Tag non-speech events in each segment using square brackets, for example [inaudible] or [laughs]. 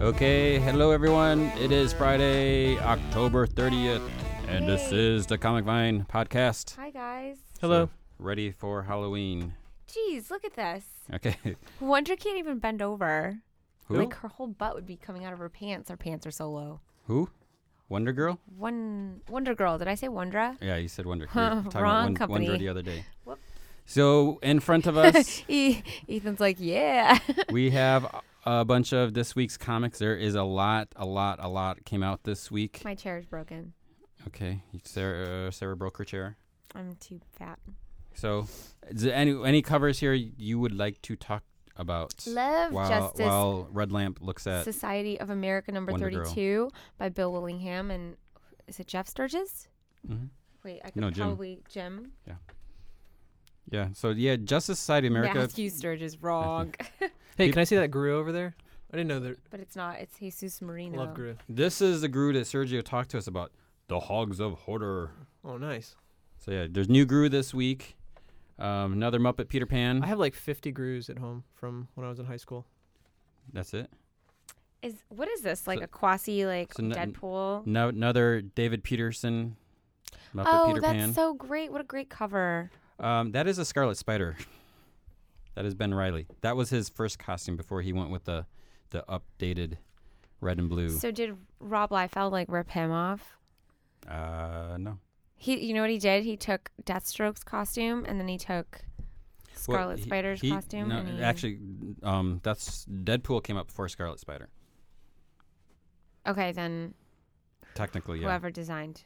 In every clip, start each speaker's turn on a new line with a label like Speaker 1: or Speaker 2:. Speaker 1: Okay, hello everyone. It is Friday, October 30th, and this
Speaker 2: Yay.
Speaker 1: is the Comic Vine podcast.
Speaker 2: Hi guys.
Speaker 1: So, ready for Halloween.
Speaker 2: Jeez, look at this.
Speaker 1: Okay. [laughs]
Speaker 2: Wonder can't even bend over.
Speaker 1: Who?
Speaker 2: Like her whole butt would be coming out of her pants. Her pants are so low.
Speaker 1: Who? Wonder Girl?
Speaker 2: One Wonder Girl. Did I say Wondra?
Speaker 1: Yeah, you said Wonder.
Speaker 2: [laughs]
Speaker 1: You were talking about
Speaker 2: Wrong
Speaker 1: Won-
Speaker 2: company.
Speaker 1: Wonder the other day.
Speaker 2: Whoop.
Speaker 1: So, in front of
Speaker 2: [laughs]
Speaker 1: us,
Speaker 2: E- Ethan's like, yeah. [laughs]
Speaker 1: we have a a bunch of this week's comics. There is a lot, a lot, a lot came out this week.
Speaker 2: My chair is broken.
Speaker 1: Okay. Sarah, Sarah broke her chair.
Speaker 2: I'm too fat.
Speaker 1: So, is there any any covers here you would like to talk about?
Speaker 2: Love
Speaker 1: while,
Speaker 2: Justice
Speaker 1: while Red Lamp looks at
Speaker 2: Society of America number
Speaker 1: Wonder Girl.
Speaker 2: 32 by Bill Willingham and is it Jeff Sturges?
Speaker 1: Mhm.
Speaker 2: Wait, I could
Speaker 1: No, Jim.
Speaker 2: probably Jim.
Speaker 1: Yeah. So yeah, Justice Society of America.
Speaker 2: Matthew Sturges wrong.
Speaker 3: Hey,
Speaker 1: Peop-
Speaker 3: can I see that Gru over there? I didn't know that.
Speaker 2: [laughs] but it's not. It's Jesus Marino.
Speaker 3: Love Gru.
Speaker 1: This is the Gru that Sergio talked to us about. The Hogs of Horror.
Speaker 3: Oh, nice.
Speaker 1: So yeah, there's new Gru this week. Um, another Muppet Peter Pan.
Speaker 3: I have like 50 Grus at home from when I was in high school.
Speaker 1: That's it.
Speaker 2: Is what is this like
Speaker 1: So-
Speaker 2: a quasi like
Speaker 1: so n- n-
Speaker 2: Deadpool?
Speaker 1: No, another David Peterson. Muppet
Speaker 2: oh,
Speaker 1: Peter
Speaker 2: that's
Speaker 1: Pan.
Speaker 2: so great! What a great cover.
Speaker 1: um, that is a Scarlet Spider. That is Ben Riley. That was his first costume before he went with the the updated red and blue.
Speaker 2: So did Rob Liefeld like rip him off?
Speaker 1: Uh, no.
Speaker 2: He, you know what he did? He took Deathstroke's costume and then he took
Speaker 1: Well,
Speaker 2: Scarlet
Speaker 1: he-
Speaker 2: Spider's
Speaker 1: he-
Speaker 2: costume.
Speaker 1: No,
Speaker 2: and he,
Speaker 1: actually, um, that's Deadpool came up before Scarlet Spider.
Speaker 2: okay, then
Speaker 1: Technically, yeah.
Speaker 2: whoever designed.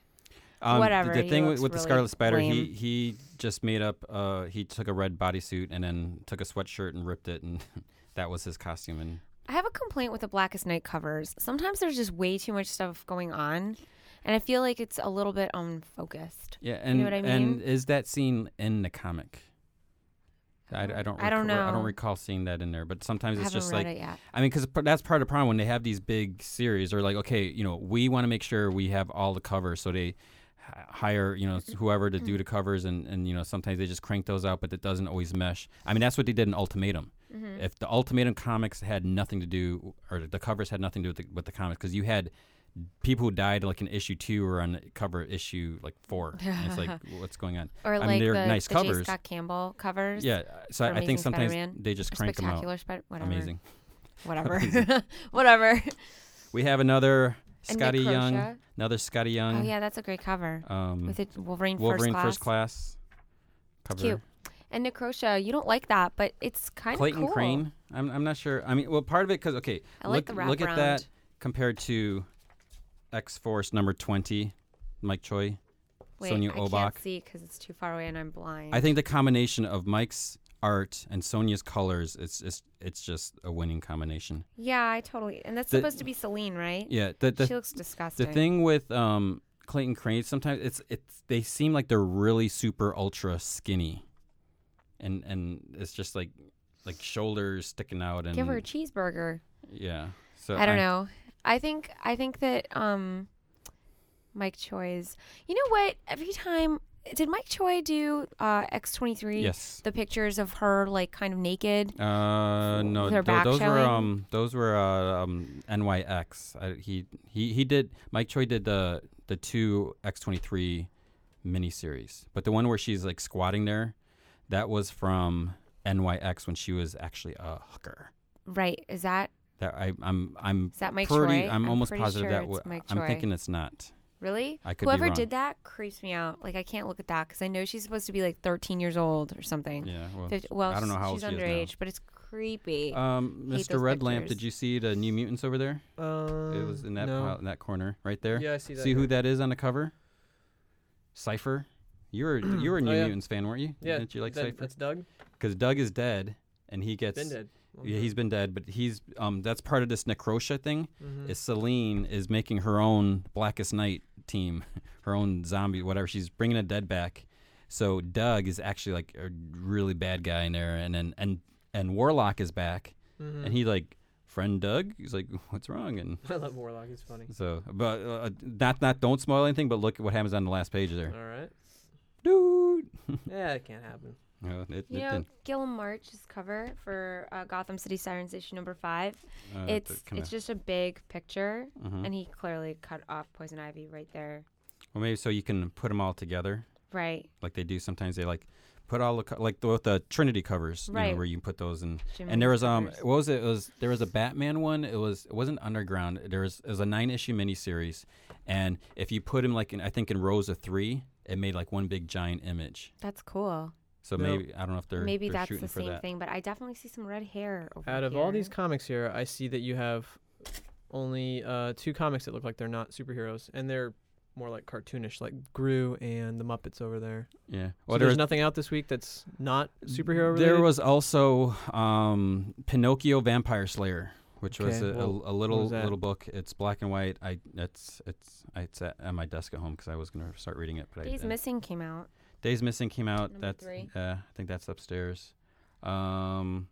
Speaker 1: Um, th-
Speaker 2: Whatever,
Speaker 1: The
Speaker 2: he
Speaker 1: thing with,
Speaker 2: looks
Speaker 1: with the
Speaker 2: really
Speaker 1: Scarlet Spider, he
Speaker 2: lame.
Speaker 1: he just made up. Uh, he took a red bodysuit and then took a sweatshirt and ripped it, and [laughs] that was his costume. And
Speaker 2: I have a complaint with the Blackest Night covers. Sometimes there's just way too much stuff going on, and I feel like it's a little bit unfocused.
Speaker 1: yeah, and
Speaker 2: You know what I
Speaker 1: and
Speaker 2: mean?
Speaker 1: is that scene in the comic? I, I don't.
Speaker 2: I don't
Speaker 1: recor- I don't
Speaker 2: know.
Speaker 1: recall seeing that in there. But sometimes
Speaker 2: I
Speaker 1: it's
Speaker 2: haven't
Speaker 1: just
Speaker 2: read
Speaker 1: like
Speaker 2: it yet.
Speaker 1: I mean, because that's part of the problem when they have these big series. They're like, okay, you know, we want to make sure we have all the covers, so they h- hire you know whoever to
Speaker 2: Mm-hmm.
Speaker 1: do the covers, and and you know sometimes they just crank those out, but it doesn't always mesh. I mean, that's what they did in Ultimatum.
Speaker 2: Mm-hmm.
Speaker 1: If the Ultimatum comics had nothing to do, or the covers had nothing to do with the, with the comics, because you had people who died like in issue two or on cover issue like four. And it's like
Speaker 2: [laughs]
Speaker 1: what's going on?
Speaker 2: Or
Speaker 1: I mean,
Speaker 2: like
Speaker 1: they're
Speaker 2: the,
Speaker 1: nice
Speaker 2: the J.
Speaker 1: covers.
Speaker 2: Scott Campbell covers.
Speaker 1: Yeah, so
Speaker 2: For
Speaker 1: I, I
Speaker 2: Amazing
Speaker 1: think sometimes
Speaker 2: Spider-Man
Speaker 1: they just
Speaker 2: Or
Speaker 1: crank them out.
Speaker 2: Spectacular Spider. Whatever.
Speaker 1: Amazing. [laughs]
Speaker 2: Whatever. [laughs] whatever.
Speaker 1: We have another
Speaker 2: And
Speaker 1: Scotty Young.
Speaker 2: Necrotia.
Speaker 1: Another Scotty Young.
Speaker 2: Oh yeah, that's a great cover
Speaker 1: Um,
Speaker 2: with it Wolverine,
Speaker 1: Wolverine
Speaker 2: first, class.
Speaker 1: first class. cover.
Speaker 2: Cute. And Necrotia, you don't like that, but it's kind of
Speaker 1: Clayton
Speaker 2: cool.
Speaker 1: Crane. I'm, I'm not sure. I mean, well, part of it because okay,
Speaker 2: I like
Speaker 1: look
Speaker 2: the
Speaker 1: look at
Speaker 2: wraparound.
Speaker 1: that compared to X Force number twenty, Mike Choi.
Speaker 2: Wait,
Speaker 1: Sonia
Speaker 2: I
Speaker 1: Obach.
Speaker 2: can't see because it's too far away and I'm blind.
Speaker 1: I think the combination of Mike's art and Sonia's colors, it's it's it's just a winning combination.
Speaker 2: yeah, I totally. And that's
Speaker 1: The-
Speaker 2: supposed to be Celine, right?
Speaker 1: Yeah. The the,
Speaker 2: she looks disgusting.
Speaker 1: the thing with um Clayton Crane sometimes it's it's they seem like they're really super ultra skinny, and and it's just like like shoulders sticking out and
Speaker 2: Give her a cheeseburger.
Speaker 1: yeah. um, So
Speaker 2: I don't know. I think I think that um, Mike Choi's. You know what? Every time did Mike Choi do uh, X twenty three?
Speaker 1: Yes.
Speaker 2: The pictures of her like kind of naked.
Speaker 1: Uh no,
Speaker 2: With her
Speaker 1: tho-
Speaker 2: back
Speaker 1: those were
Speaker 2: showing?
Speaker 1: um those were uh, um NYX. I, he he he did Mike Choi did the the two X twenty three miniseries, but the one where she's like squatting there, that was from NYX when she was actually a hooker.
Speaker 2: Right? Is that
Speaker 1: That I I'm I'm
Speaker 2: is that Mike
Speaker 1: pretty
Speaker 2: Choi?
Speaker 1: I'm, almost
Speaker 2: pretty
Speaker 1: positive
Speaker 2: sure
Speaker 1: that
Speaker 2: it's
Speaker 1: w-
Speaker 2: Mike
Speaker 1: I'm
Speaker 2: Choi.
Speaker 1: thinking it's not.
Speaker 2: Really?
Speaker 1: I could be
Speaker 2: Whoever
Speaker 1: wrong.
Speaker 2: did that creeps me out. Like I can't look at that because I know she's supposed to be like 13 years old or something.
Speaker 1: Yeah, well,
Speaker 2: Fif- well,
Speaker 1: I don't know how
Speaker 2: she's
Speaker 1: old she is now.
Speaker 2: underage, but it's creepy.
Speaker 1: um,
Speaker 2: hate
Speaker 1: Mr.
Speaker 2: those
Speaker 1: Red Lamp,
Speaker 2: pictures.
Speaker 1: did you see the New Mutants over there?
Speaker 3: Um,
Speaker 1: it was in that
Speaker 3: no.
Speaker 1: pile- in that corner right there.
Speaker 3: Yeah, I see that.
Speaker 1: See who
Speaker 3: now.
Speaker 1: that is on the cover? Cipher. You
Speaker 3: [clears throat]
Speaker 1: were you were a New
Speaker 3: Oh, yeah.
Speaker 1: Mutants fan, weren't you?
Speaker 3: Yeah,
Speaker 1: Didn't you like
Speaker 3: that-
Speaker 1: Cipher?
Speaker 3: That's Doug.
Speaker 1: Because Doug is dead, and he gets
Speaker 3: Been dead.
Speaker 1: Yeah, he's been dead, but he's um that's part of this necrotia thing.
Speaker 3: Mhm.
Speaker 1: Is Celine is making her own Blackest Night team, [laughs] her own zombie, whatever. She's bringing a dead back. So Doug is actually like a really bad guy in there, and then and and Warlock is back,
Speaker 3: Mhm.
Speaker 1: and he like friend Doug. He's like, what's wrong? And
Speaker 3: [laughs] I love Warlock. He's funny.
Speaker 1: so, but uh, not not don't [laughs] spoil anything. But look at what happens on the last page there,
Speaker 3: All right.
Speaker 1: dude.
Speaker 3: Yeah, it can't happen.
Speaker 1: Uh, it,
Speaker 2: You
Speaker 1: it
Speaker 2: know,
Speaker 1: didn't.
Speaker 2: Gil March's cover for uh, Gotham City Sirens issue number five.
Speaker 1: Uh,
Speaker 2: it's
Speaker 1: kinda-
Speaker 2: it's just a big picture,
Speaker 1: mhm.
Speaker 2: and he clearly cut off Poison Ivy right there.
Speaker 1: Well, maybe so you can put them all together,
Speaker 2: Right,
Speaker 1: like they do sometimes. They like put all the co- like the, with the Trinity covers, you know,
Speaker 2: Right.
Speaker 1: where you can put those in.
Speaker 2: Jimmy
Speaker 1: And there was um,
Speaker 2: Covers.
Speaker 1: what was it? it? Was there was a Batman one? It was it wasn't underground. There was it was a nine issue miniseries, and if you put him like in, I think in rows of three, it made like one big giant image.
Speaker 2: That's cool.
Speaker 1: So
Speaker 3: No.
Speaker 1: maybe I don't know if they're
Speaker 2: Maybe
Speaker 1: they're
Speaker 2: that's
Speaker 1: shooting
Speaker 2: the
Speaker 1: for
Speaker 2: same
Speaker 1: that.
Speaker 2: thing, but I definitely see some red hair. Over
Speaker 3: Out of all these
Speaker 2: here.
Speaker 3: comics here, I see that you have only uh, two comics that look like they're not superheroes, and they're more like cartoonish, like Gru and the Muppets over there.
Speaker 1: Yeah.
Speaker 3: So there's nothing out this week that's not superhero related.
Speaker 1: There was also um, Pinocchio Vampire Slayer, which was
Speaker 3: Okay,
Speaker 1: a,
Speaker 3: well,
Speaker 1: a, a little
Speaker 3: was that?
Speaker 1: little book. It's black and white. I it's it's it's at, at my desk at home because I was gonna start reading it, but I
Speaker 2: Days
Speaker 1: didn't.
Speaker 2: Missing came out.
Speaker 1: Days Missing came out.
Speaker 2: Number
Speaker 1: that's
Speaker 2: three.
Speaker 1: uh, I think that's upstairs. Um,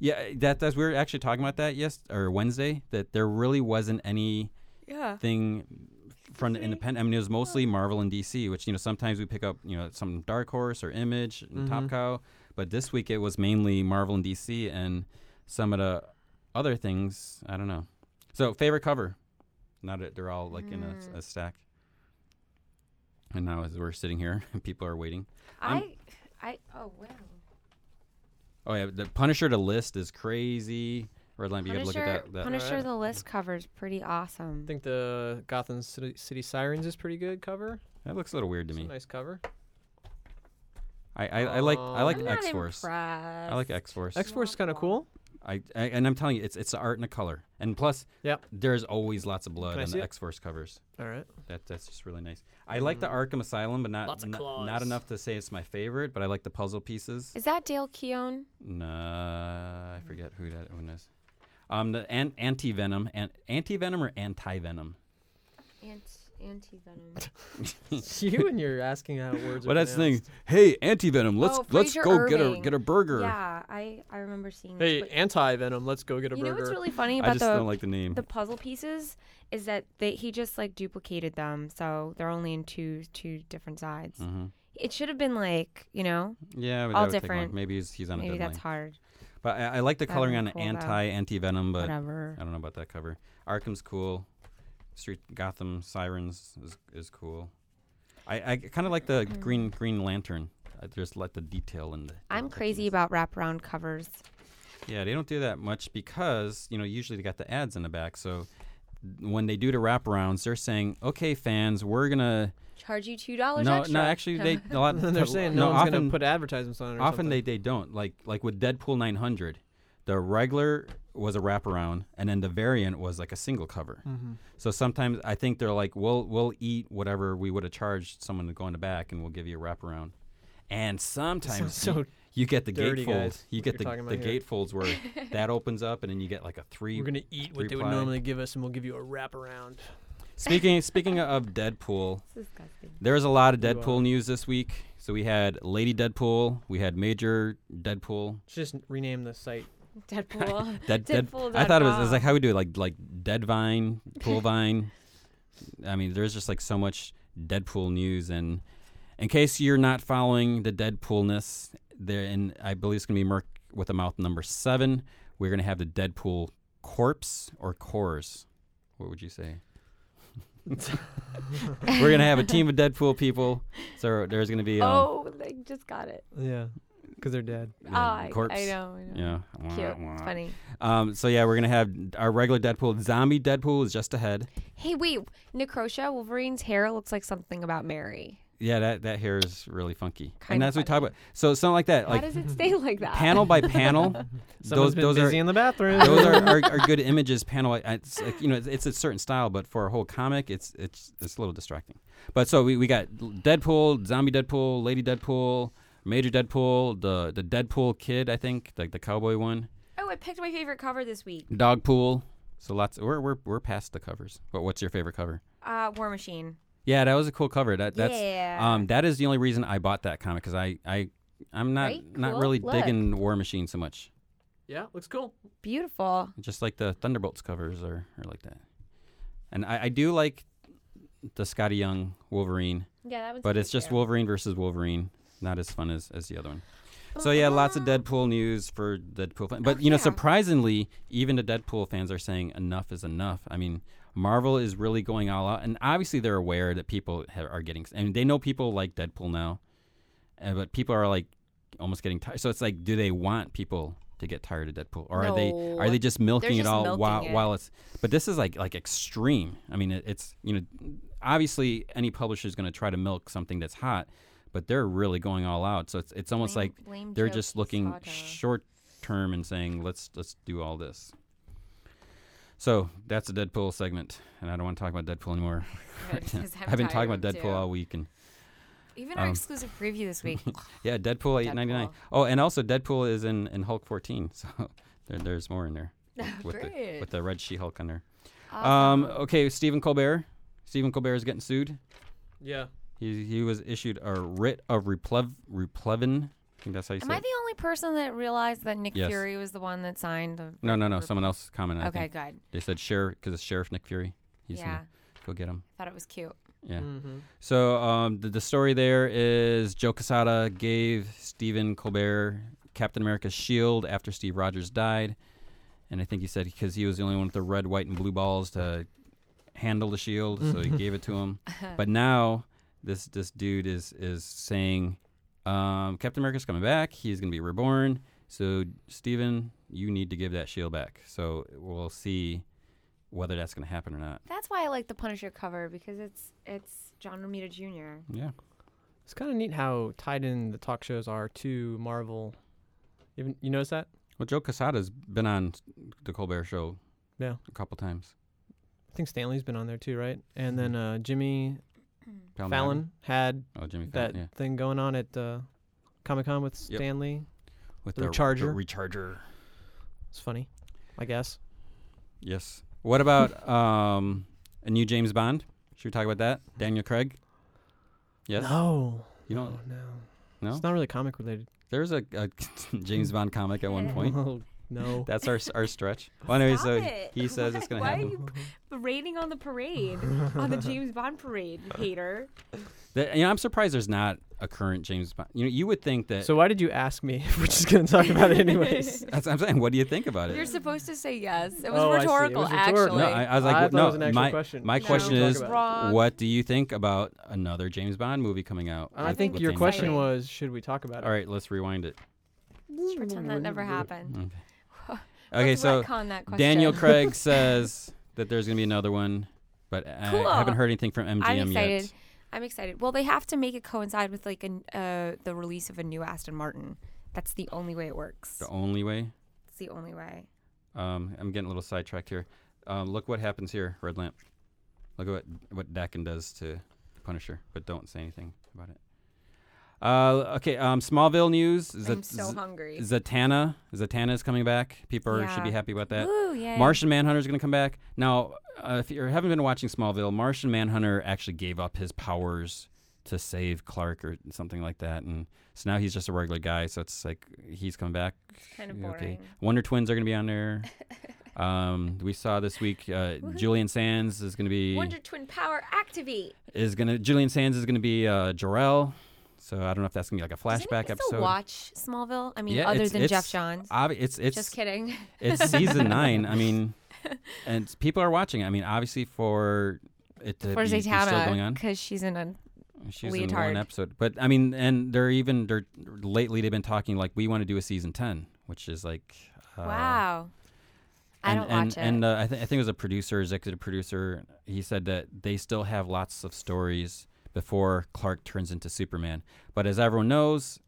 Speaker 1: yeah, that that's we were actually talking about that yes or Wednesday that there really wasn't anything
Speaker 2: Yeah.
Speaker 1: from the independent. I mean, it was mostly Marvel and DC, which you know sometimes we pick up you know some Dark Horse or Image and Top
Speaker 3: Mhm.
Speaker 1: Cow, but this week it was mainly Marvel and DC and some of the other things. I don't know. So favorite cover, not that they're all like in a s a
Speaker 2: Mm.
Speaker 1: a stack. And now as we're sitting here, [laughs] people are waiting.
Speaker 2: I, I oh wow.
Speaker 1: Oh yeah, the Punisher to list is crazy. Red Lamp, you gotta look
Speaker 2: Punisher,
Speaker 1: at that. that
Speaker 2: Punisher
Speaker 3: Alright.
Speaker 2: the list cover's pretty awesome.
Speaker 3: I think the Gotham City, City Sirens is pretty good cover.
Speaker 1: that looks a little weird to
Speaker 3: It's a
Speaker 1: me.
Speaker 3: nice cover.
Speaker 1: I, I, I like I
Speaker 3: Oh.
Speaker 1: like
Speaker 2: I'm not
Speaker 1: X Force.
Speaker 2: impressed.
Speaker 1: I like X Force.
Speaker 3: X Force is kind of
Speaker 2: Womp womp.
Speaker 3: cool.
Speaker 1: I, I and I'm telling you, it's it's the art and the color. And plus,
Speaker 3: Yep.
Speaker 1: there's always lots of blood
Speaker 3: Can I
Speaker 1: on
Speaker 3: see
Speaker 1: the
Speaker 3: it?
Speaker 1: X Force covers. [laughs]
Speaker 3: All right.
Speaker 1: That that's just really nice. I like the Arkham Asylum, but not
Speaker 3: Mm-hmm. Lots of
Speaker 1: not- not
Speaker 3: claws.
Speaker 1: enough to say it's my favorite. But I like the puzzle pieces.
Speaker 2: Is that Dale Keown?
Speaker 1: Nah, I forget who that one is. Um, the an- anti venom, an- anti venom or anti venom.
Speaker 2: Ant, anti venom.
Speaker 3: [laughs]
Speaker 1: [laughs]
Speaker 3: you and you're asking how words.
Speaker 1: But
Speaker 3: are
Speaker 1: that's the thing.
Speaker 3: pronounced.
Speaker 1: Hey, anti venom. Let's
Speaker 2: Oh,
Speaker 1: let's
Speaker 2: Fraser
Speaker 1: go get a
Speaker 2: Irving.
Speaker 1: get a burger.
Speaker 2: Yeah, I I remember seeing.
Speaker 3: Hey,
Speaker 2: this, but
Speaker 3: anti venom. Let's go get a
Speaker 2: you know
Speaker 3: burger.
Speaker 2: what's really
Speaker 1: I
Speaker 2: funny about
Speaker 1: just
Speaker 2: the
Speaker 1: don't like the name.
Speaker 2: the puzzle pieces is that they, he just like duplicated them, so they're only in two two different sides.
Speaker 1: hmm
Speaker 2: It should have been like you know
Speaker 1: Yeah, but
Speaker 2: All
Speaker 1: that would take long.
Speaker 2: different.
Speaker 1: Maybe he's, he's on a
Speaker 2: maybe
Speaker 1: deadline.
Speaker 2: that's hard.
Speaker 1: But I, I like the
Speaker 2: That
Speaker 1: coloring
Speaker 2: would
Speaker 1: on
Speaker 2: be cool, though.
Speaker 1: anti anti venom, but
Speaker 2: Whatever.
Speaker 1: I don't know about that cover. Arkham's cool. Street Gotham Sirens is is cool. I, I kind of like the
Speaker 2: Mm-hmm.
Speaker 1: green Green Lantern. I just like the detail in the.
Speaker 2: I'm
Speaker 1: the
Speaker 2: crazy
Speaker 1: thickness.
Speaker 2: about wraparound covers.
Speaker 1: Yeah, they don't do that much because you know usually they got the ads in the back. So when they do the wraparounds, they're saying, "Okay, fans, we're gonna."
Speaker 2: Charge you two dollars
Speaker 1: no,
Speaker 2: extra.
Speaker 1: no,
Speaker 2: [laughs]
Speaker 1: actually, they a lot.
Speaker 3: [laughs] They're saying no, one's
Speaker 1: often
Speaker 3: gonna put advertisements on it. Or
Speaker 1: often
Speaker 3: something.
Speaker 1: they, they don't like like with deadpool 900 the regular was a wraparound and then the variant was like a single cover
Speaker 3: Mm-hmm.
Speaker 1: so sometimes i think they're like we'll we'll eat whatever we would have charged someone to go in the back and we'll give you a wraparound and sometimes
Speaker 3: [laughs] so
Speaker 1: you, you get the
Speaker 3: dirty,
Speaker 1: gatefolds
Speaker 3: guys,
Speaker 1: you
Speaker 3: what
Speaker 1: get
Speaker 3: you're
Speaker 1: the,
Speaker 3: talking
Speaker 1: the
Speaker 3: about here.
Speaker 1: gatefolds
Speaker 3: [laughs]
Speaker 1: where that opens up and then you get like a three
Speaker 3: we're gonna eat what
Speaker 1: three
Speaker 3: they would
Speaker 1: ply.
Speaker 3: normally give us, and we'll give you a wraparound.
Speaker 1: speaking speaking of deadpool
Speaker 2: It's disgusting.
Speaker 1: There was a lot of
Speaker 3: You, uh,
Speaker 1: Deadpool news this week. So we had Lady Deadpool, we had Major Deadpool,
Speaker 3: Just rename the site.
Speaker 1: [laughs]
Speaker 2: Deadpool. [laughs]
Speaker 1: Dead, dead,
Speaker 2: Deadpool
Speaker 1: I thought it was, it was
Speaker 2: dot
Speaker 1: like how we do it, like like dead
Speaker 2: [laughs]
Speaker 1: vine, pool vine. I mean, there's just like so much Deadpool news, and in case you're not following the Deadpoolness, there, and I believe it's gonna be Merc with a mouth number seven. We're gonna have the Deadpool corpse or cores. What would you say? We're gonna have a team of Deadpool people. So there's gonna be um,
Speaker 2: [laughs] oh, they just got it.
Speaker 3: Yeah, because they're dead.
Speaker 1: yeah,
Speaker 2: Oh, I,
Speaker 1: corpse.
Speaker 2: I know. I know.
Speaker 1: um, Yeah,
Speaker 2: Cute. It's funny.
Speaker 1: Um, so yeah, we're gonna have our regular Deadpool. Zombie Deadpool is just ahead.
Speaker 2: Hey, wait. Necrotia, Wolverine's hair looks like something about Mary.
Speaker 1: Yeah, that, that hair is really funky. and
Speaker 2: Kinda
Speaker 1: that's what we talk
Speaker 2: funny.
Speaker 1: about. So it's not like that.
Speaker 2: How
Speaker 1: Like
Speaker 2: does it stay like that?
Speaker 1: panel
Speaker 2: [laughs]
Speaker 1: by panel, those
Speaker 3: Someone's been
Speaker 1: those
Speaker 3: busy
Speaker 1: are
Speaker 3: in the bathroom.
Speaker 1: those are, are, are good images. Panel, by- it's like, you know, it's, it's a certain style, but for a whole comic, it's it's it's a little distracting. But so we, we got Deadpool, Zombie Deadpool, Lady Deadpool, Major Deadpool, the the Deadpool kid, I think, like the cowboy one,
Speaker 2: oh, I picked my favorite cover this week.
Speaker 1: Dogpool. So lots. We're we're we're past the covers. But what's your favorite cover?
Speaker 2: Uh, War Machine.
Speaker 1: Yeah, that was a cool cover. That that's
Speaker 2: yeah.
Speaker 1: Um, that is the only reason I bought that comic because I, I, I'm not
Speaker 2: Right?
Speaker 1: not
Speaker 2: Cool.
Speaker 1: really
Speaker 2: Look.
Speaker 1: digging War Machine so much.
Speaker 3: [laughs] yeah, looks cool.
Speaker 2: Beautiful.
Speaker 1: Just like the Thunderbolts covers are, are like that, and I, I do like the Scotty Young Wolverine,
Speaker 2: Yeah, that was.
Speaker 1: but it's just Wolverine versus Wolverine, not as fun as, as the other one. So yeah, lots of Deadpool news for Deadpool fans. But
Speaker 2: Oh,
Speaker 1: you know,
Speaker 2: yeah.
Speaker 1: surprisingly, even the Deadpool fans are saying enough is enough. I mean, Marvel is really going all out, and obviously they're aware that people ha- are getting, I mean, they know people like Deadpool now, uh, but people are like almost getting tired. So it's like, do they want people to get tired of Deadpool, or are they
Speaker 2: No.
Speaker 1: are they just milking
Speaker 2: just
Speaker 1: it all
Speaker 2: milking
Speaker 1: while
Speaker 2: it.
Speaker 1: while it's? But this is like like extreme. I mean, it, it's you know, obviously any publisher is going to try to milk something that's hot. But they're really going all out, so it's it's almost like they're just looking short term and saying let's let's do all this so that's a deadpool segment and i don't want to talk about deadpool
Speaker 2: [laughs]
Speaker 1: anymore [laughs] i've been talking about deadpool all week and
Speaker 2: Even our
Speaker 1: um,
Speaker 2: exclusive preview
Speaker 1: [laughs]
Speaker 2: this week.
Speaker 1: yeah deadpool 899
Speaker 2: Deadpool.
Speaker 1: oh and also deadpool is in in hulk 14 [laughs] so there, there's more in there with the
Speaker 2: Great.
Speaker 1: with the red she-hulk on there
Speaker 2: Awesome.
Speaker 1: um okay stephen colbert stephen colbert is getting sued
Speaker 3: Yeah.
Speaker 1: he he was issued a writ of replev replevin i think that's how you
Speaker 2: Am
Speaker 1: say
Speaker 2: I
Speaker 1: it
Speaker 2: the only person that realized that Nick
Speaker 1: Yes.
Speaker 2: Fury was the one that signed the?
Speaker 1: no no no someone else commented I
Speaker 2: okay,
Speaker 1: think.
Speaker 2: good.
Speaker 1: they said sheriff because it's sheriff nick fury he's
Speaker 2: yeah,
Speaker 1: gonna go get him
Speaker 2: I thought it was cute.
Speaker 1: Yeah.
Speaker 3: Mm-hmm.
Speaker 1: So um, the, the story there is Joe Casada gave Stephen Colbert Captain America's shield after Steve Rogers died. And I think he said because he was the only one with the red, white, and blue balls to handle the shield, so he gave it to him. But now this this dude is is saying um, Captain America's coming back. He's going to be reborn. So Stephen, you need to give that shield back. So we'll see whether that's going to happen or not.
Speaker 2: That's why I like the Punisher cover because it's it's John Romita Jr.
Speaker 1: Yeah.
Speaker 3: It's kind of neat how tied in the talk shows are to Marvel. You, haven't- you notice that?
Speaker 1: Well, Joe Casada's been on the Colbert Show.
Speaker 3: Yeah.
Speaker 1: a couple times.
Speaker 3: I think Stanley's been on there too, right?
Speaker 1: Mm-hmm.
Speaker 3: And then uh, Jimmy
Speaker 1: Palm Island?
Speaker 3: Fallon had
Speaker 1: Oh, Jimmy Fallon.
Speaker 3: that
Speaker 1: Yeah.
Speaker 3: thing going on at uh, Comic Con with
Speaker 1: Yep.
Speaker 3: Stanley.
Speaker 1: With
Speaker 3: the
Speaker 1: the
Speaker 3: recharger?
Speaker 1: the recharger.
Speaker 3: It's funny, I guess.
Speaker 1: Yes. What about um a new James Bond? Should we talk about that? Daniel Craig. Yes.
Speaker 3: No.
Speaker 1: You
Speaker 3: No,
Speaker 1: don't.
Speaker 3: no.
Speaker 1: No?
Speaker 3: It's not really comic related.
Speaker 1: There's a, [laughs] a James Bond comic at one
Speaker 3: [laughs]
Speaker 1: point.
Speaker 3: Oh, no.
Speaker 1: That's our our stretch. Well, anyway,
Speaker 2: Stop
Speaker 1: so
Speaker 2: it. [laughs]
Speaker 1: he says it's
Speaker 2: Why-
Speaker 1: gonna
Speaker 2: why are
Speaker 1: happen.
Speaker 2: you- Raiding on the parade on the James
Speaker 1: [laughs]
Speaker 2: Bond parade, you hater.
Speaker 1: That- you know, I'm surprised there's not a current James Bond. You know, you would think that.
Speaker 3: [laughs] so why did you ask me if we're just going to talk about it
Speaker 2: [laughs]
Speaker 3: anyways?
Speaker 1: [laughs] that's what I'm saying. What do you think about it?
Speaker 2: You're supposed to say yes. It was
Speaker 3: Oh, I see. It
Speaker 2: rhetorical,
Speaker 3: was rhetorical.
Speaker 1: no,
Speaker 2: actually.
Speaker 1: I, I was like,
Speaker 3: I
Speaker 1: w-
Speaker 3: thought
Speaker 1: no.
Speaker 3: it was an actual
Speaker 1: my
Speaker 3: question.
Speaker 1: my
Speaker 2: No.
Speaker 1: question
Speaker 3: Talk
Speaker 1: is,
Speaker 3: about it.
Speaker 2: Wrong.
Speaker 1: what do you think about another James Bond movie coming out?
Speaker 3: I
Speaker 1: with-
Speaker 3: think
Speaker 1: with
Speaker 3: your
Speaker 1: Daniel
Speaker 3: question
Speaker 1: Craig?
Speaker 2: Craig.
Speaker 3: was, should we talk about it?
Speaker 1: All right, let's rewind it.
Speaker 2: Just pretend that never happened.
Speaker 1: Okay. Okay,
Speaker 2: Let's
Speaker 1: so
Speaker 2: retcon that [laughs]
Speaker 1: Daniel
Speaker 2: question.
Speaker 1: Craig says that there's gonna be another one, but I haven't
Speaker 2: Cool.
Speaker 1: heard anything from MGM
Speaker 2: excited.
Speaker 1: yet.
Speaker 2: I'm excited. Well, they have to make it coincide with like an, uh, the release of a new Aston Martin. That's the only way it works.
Speaker 1: The only way.
Speaker 2: It's the only way.
Speaker 1: Um, I'm getting a little sidetracked here. Um, look what happens here, Red Lamp. Look at what what Dakin does to the Punisher, but don't say anything about it. Uh, okay. Um, Smallville news. Zat-
Speaker 2: I'm so hungry.
Speaker 1: Zatanna. Zatanna is coming back. People are- should be
Speaker 2: Yeah.
Speaker 1: happy about that.
Speaker 2: Ooh, yeah.
Speaker 1: Martian Manhunter is going to come back. Now, uh, if you haven't been watching Smallville, Martian Manhunter actually gave up his powers to save Clark or something like that, and so now he's just a regular guy. So it's like he's coming back.
Speaker 2: kind of
Speaker 1: Yeah,
Speaker 2: boring.
Speaker 1: Wonder Twins are going to be on
Speaker 2: [laughs]
Speaker 1: there. um, we saw this week uh, Julian Sands is going to be
Speaker 2: Wonder Twin Power activate.
Speaker 1: is going to Julian Sands is going to be uh, Jor-El. So I don't know if that's going to be like a
Speaker 2: Does
Speaker 1: flashback
Speaker 2: anybody still
Speaker 1: episode.
Speaker 2: watch Smallville? I mean,
Speaker 1: Yeah,
Speaker 2: other
Speaker 1: it's-
Speaker 2: than Jeff
Speaker 1: it's-
Speaker 2: Johns.
Speaker 1: Obvi- it's it's
Speaker 2: Just kidding.
Speaker 1: it's season
Speaker 2: [laughs]
Speaker 1: nine. I mean, and s- people are watching. it. I mean, obviously for it to
Speaker 2: For
Speaker 1: be, be still going
Speaker 2: Zatanna,
Speaker 1: on.
Speaker 2: because she's in a.
Speaker 1: She's in one
Speaker 2: leotard.
Speaker 1: episode, but I mean, and they're even they're lately they've been talking like we want to do a season ten, which is like uh,
Speaker 2: wow. I
Speaker 1: and,
Speaker 2: don't
Speaker 1: and,
Speaker 2: watch it.
Speaker 1: And uh, I, th- I think it was a producer, executive producer. He said that they still have lots of stories before Clark turns into Superman. But as everyone knows,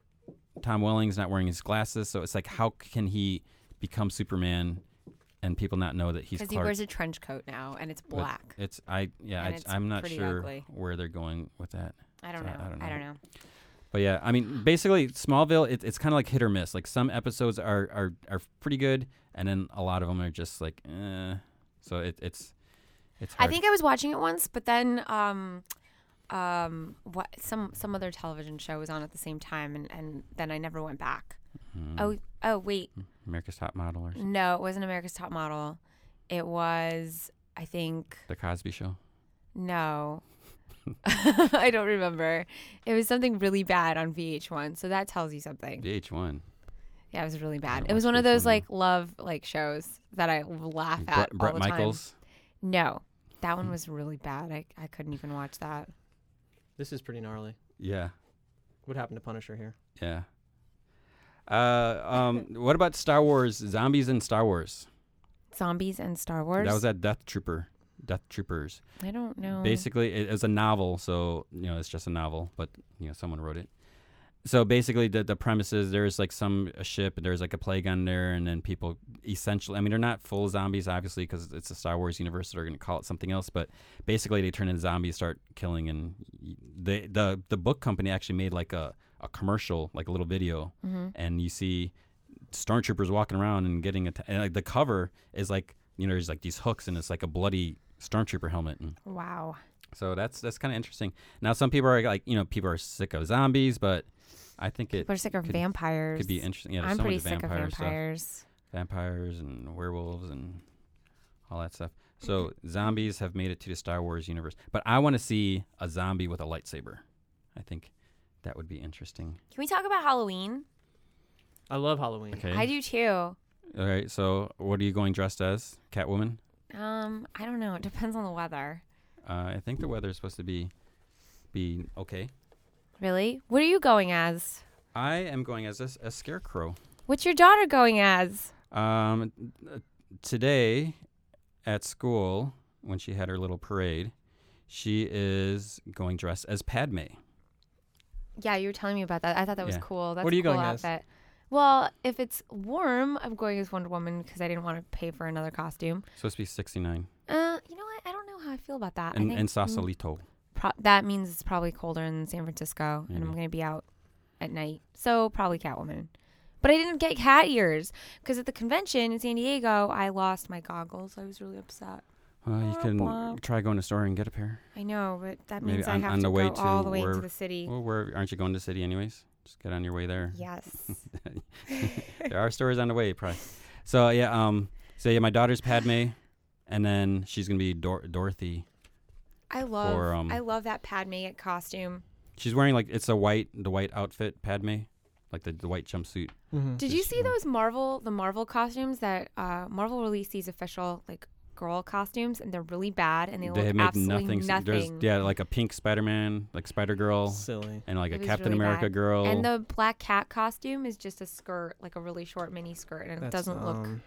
Speaker 1: Tom Welling's not wearing his glasses, so it's like how can he become Superman and people not know that he's
Speaker 2: Because
Speaker 1: Clark?
Speaker 2: he wears a trench coat now and it's
Speaker 1: But
Speaker 2: black.
Speaker 1: It's I yeah
Speaker 2: and
Speaker 1: I,
Speaker 2: it's
Speaker 1: I'm not
Speaker 2: pretty
Speaker 1: sure
Speaker 2: ugly.
Speaker 1: where they're going with that.
Speaker 2: I don't
Speaker 1: so I-
Speaker 2: know.
Speaker 1: I don't know.
Speaker 2: I don't know.
Speaker 1: But yeah, I mean, basically, Smallville, it, it's kind of like hit or miss. Like some episodes are, are are pretty good, and then a lot of them are just like, eh. so it, it's it's.
Speaker 2: I
Speaker 1: Hard.
Speaker 2: think I was watching it once, but then um, um, what some some other television show was on at the same time, and, and then I never went back.
Speaker 1: Mm,
Speaker 2: Oh, oh wait,
Speaker 1: America's Top Model or
Speaker 2: no, it wasn't America's Top Model. It was, I think,
Speaker 1: The Cosby Show.
Speaker 2: no, [laughs] I don't remember. It was something really bad on VH1, so that tells you something.
Speaker 1: VH1.
Speaker 2: Yeah, it was really
Speaker 1: don't
Speaker 2: bad. It
Speaker 1: watch
Speaker 2: was one of those
Speaker 1: VH1 now.
Speaker 2: like love like shows that I laugh at
Speaker 1: Brett,
Speaker 2: all
Speaker 1: Brett
Speaker 2: the time.
Speaker 1: Michaels.
Speaker 2: No, that one
Speaker 1: Hmm.
Speaker 2: was really bad. I I couldn't even watch that.
Speaker 3: This is pretty gnarly.
Speaker 1: Yeah.
Speaker 3: What happened to Punisher here?
Speaker 1: Yeah. Uh, um,
Speaker 2: [laughs]
Speaker 1: what about Star Wars? Zombies and Star Wars.
Speaker 2: Zombies and Star Wars.
Speaker 1: That was at Death Trooper. Death Troopers.
Speaker 2: I don't know.
Speaker 1: Basically, it, it was a novel, so you know it's just a novel, but you know someone wrote it. So basically, the the premise is there's like some a ship, and there's like a plague on there, and then people essentially. I mean, they're not full zombies, obviously, because it's a Star Wars universe. So they're going to call it something else, but basically, they turn into zombies, start killing, and y- they, the the book company actually made like a a commercial, like a little video
Speaker 2: hmm
Speaker 1: and you see stormtroopers walking around and getting atta- and like the cover is like you know there's like these hooks and it's like a bloody stormtrooper helmet and
Speaker 2: Wow.
Speaker 1: so that's that's kind of interesting now some people are like you know people are sick of zombies but i think it
Speaker 2: We're sick of
Speaker 1: could-
Speaker 2: vampires.
Speaker 1: could be interesting yeah there's
Speaker 2: I'm
Speaker 1: so
Speaker 2: pretty
Speaker 1: much
Speaker 2: sick
Speaker 1: vampire
Speaker 2: of
Speaker 1: stuff
Speaker 2: vampires.
Speaker 1: vampires and werewolves and all that stuff so zombies have made it to the star wars universe but i want to see a zombie with a lightsaber i think that would be interesting
Speaker 2: Can we talk about Halloween?
Speaker 3: I love Halloween.
Speaker 1: okay
Speaker 2: I do too.
Speaker 1: all right so what are you going dressed as catwoman
Speaker 2: Um, I don't know. It depends on the weather.
Speaker 1: Uh, I think the weather is supposed to be be okay.
Speaker 2: Really? What are you going as?
Speaker 1: I am going as a, s- a scarecrow.
Speaker 2: What's your daughter going as?
Speaker 1: Um, uh, today at school, when she had her little parade, she is going dressed as Padme.
Speaker 2: Yeah, you were telling me about that. I thought that was
Speaker 1: Yeah.
Speaker 2: cool. That's
Speaker 3: are you
Speaker 2: a cool
Speaker 3: going as?
Speaker 2: outfit. Well, if it's warm, I'm going as Wonder Woman because I didn't want to pay for another costume.
Speaker 1: Supposed to be sixty nine,
Speaker 2: Uh, you know what? I don't know how I feel about that. I
Speaker 1: and
Speaker 2: think
Speaker 1: and
Speaker 2: mm,
Speaker 1: Sausalito.
Speaker 2: pro- that means it's probably colder in San Francisco, and I'm
Speaker 1: Maybe.
Speaker 2: going to be out at night. So probably Catwoman. But I didn't get cat ears because at the convention in San Diego, I lost my goggles. I was really upset.
Speaker 1: Well, you
Speaker 2: Blah,
Speaker 1: can
Speaker 2: blah.
Speaker 1: try going to the store and get a pair.
Speaker 2: I know, but that
Speaker 1: Maybe
Speaker 2: means I
Speaker 1: on-
Speaker 2: have
Speaker 1: on
Speaker 2: to
Speaker 1: the way
Speaker 2: go all
Speaker 1: to
Speaker 2: the way into
Speaker 1: where- [laughs]
Speaker 2: the city.
Speaker 1: Well, where aren't you going to the city anyways? Just get on your way there.
Speaker 2: Yes.
Speaker 1: [laughs] there are stories on the way, probably. So yeah, um, so yeah, my daughter's Padme, and then she's gonna be Dor- Dorothy.
Speaker 2: [laughs] I love
Speaker 1: Or, um,
Speaker 2: I love that Padme costume.
Speaker 1: She's wearing like it's a white the white outfit, Padme, like the, the white jumpsuit.
Speaker 3: Mm-hmm.
Speaker 2: Did you
Speaker 1: just,
Speaker 2: see
Speaker 1: um,
Speaker 2: those Marvel the Marvel costumes that uh, Marvel released these official like girl costumes and they're really bad and they,
Speaker 1: They
Speaker 2: look
Speaker 1: have made
Speaker 2: absolutely
Speaker 1: nothing.
Speaker 2: nothing.
Speaker 1: s- There's yeah, like a pink Spider Man, like Spider Girl,
Speaker 3: Silly.
Speaker 1: and like
Speaker 2: It
Speaker 1: a
Speaker 2: was
Speaker 1: Captain
Speaker 2: really
Speaker 1: America
Speaker 2: bad.
Speaker 1: girl.
Speaker 2: And the black cat costume is just a skirt, like a really short mini skirt, and it
Speaker 3: That's,
Speaker 2: doesn't look.
Speaker 3: um,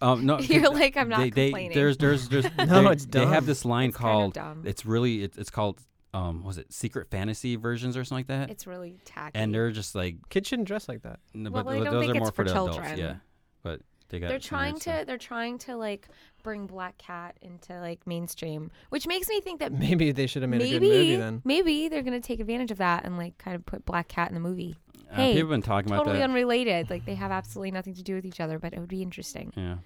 Speaker 1: um, [laughs]
Speaker 2: [laughs]
Speaker 1: no,
Speaker 2: You're like I'm not
Speaker 1: they, they-
Speaker 2: complaining.
Speaker 1: there's
Speaker 2: [laughs]
Speaker 1: there's there's
Speaker 3: No,
Speaker 1: they,
Speaker 3: it's
Speaker 1: they have
Speaker 3: dumb.
Speaker 1: this line
Speaker 2: it's
Speaker 1: called
Speaker 2: kind of dumb.
Speaker 1: it's really it's it's called um was it secret fantasy versions or something like that,
Speaker 2: [laughs] It's really tacky.
Speaker 1: and they're just like
Speaker 3: Kids shouldn't dress like that.
Speaker 1: n-
Speaker 2: Well,
Speaker 1: but
Speaker 2: I
Speaker 1: th-
Speaker 2: don't
Speaker 1: those
Speaker 2: think
Speaker 1: are more
Speaker 2: it's for
Speaker 1: for the adults,
Speaker 2: children.
Speaker 1: yeah. But they got uh, some
Speaker 2: they're
Speaker 1: weird
Speaker 2: trying
Speaker 1: stuff.
Speaker 2: to they're trying to like bring black cat into like mainstream which makes me think that
Speaker 3: Maybe they should have made a good movie
Speaker 2: maybe
Speaker 3: then.
Speaker 2: maybe they're gonna take advantage of that and like kind of put black cat in the movie
Speaker 1: Uh,
Speaker 2: hey,
Speaker 1: people have been talking about
Speaker 2: totally
Speaker 1: that.
Speaker 2: unrelated like they have absolutely nothing to do with each other but it would be interesting
Speaker 1: yeah.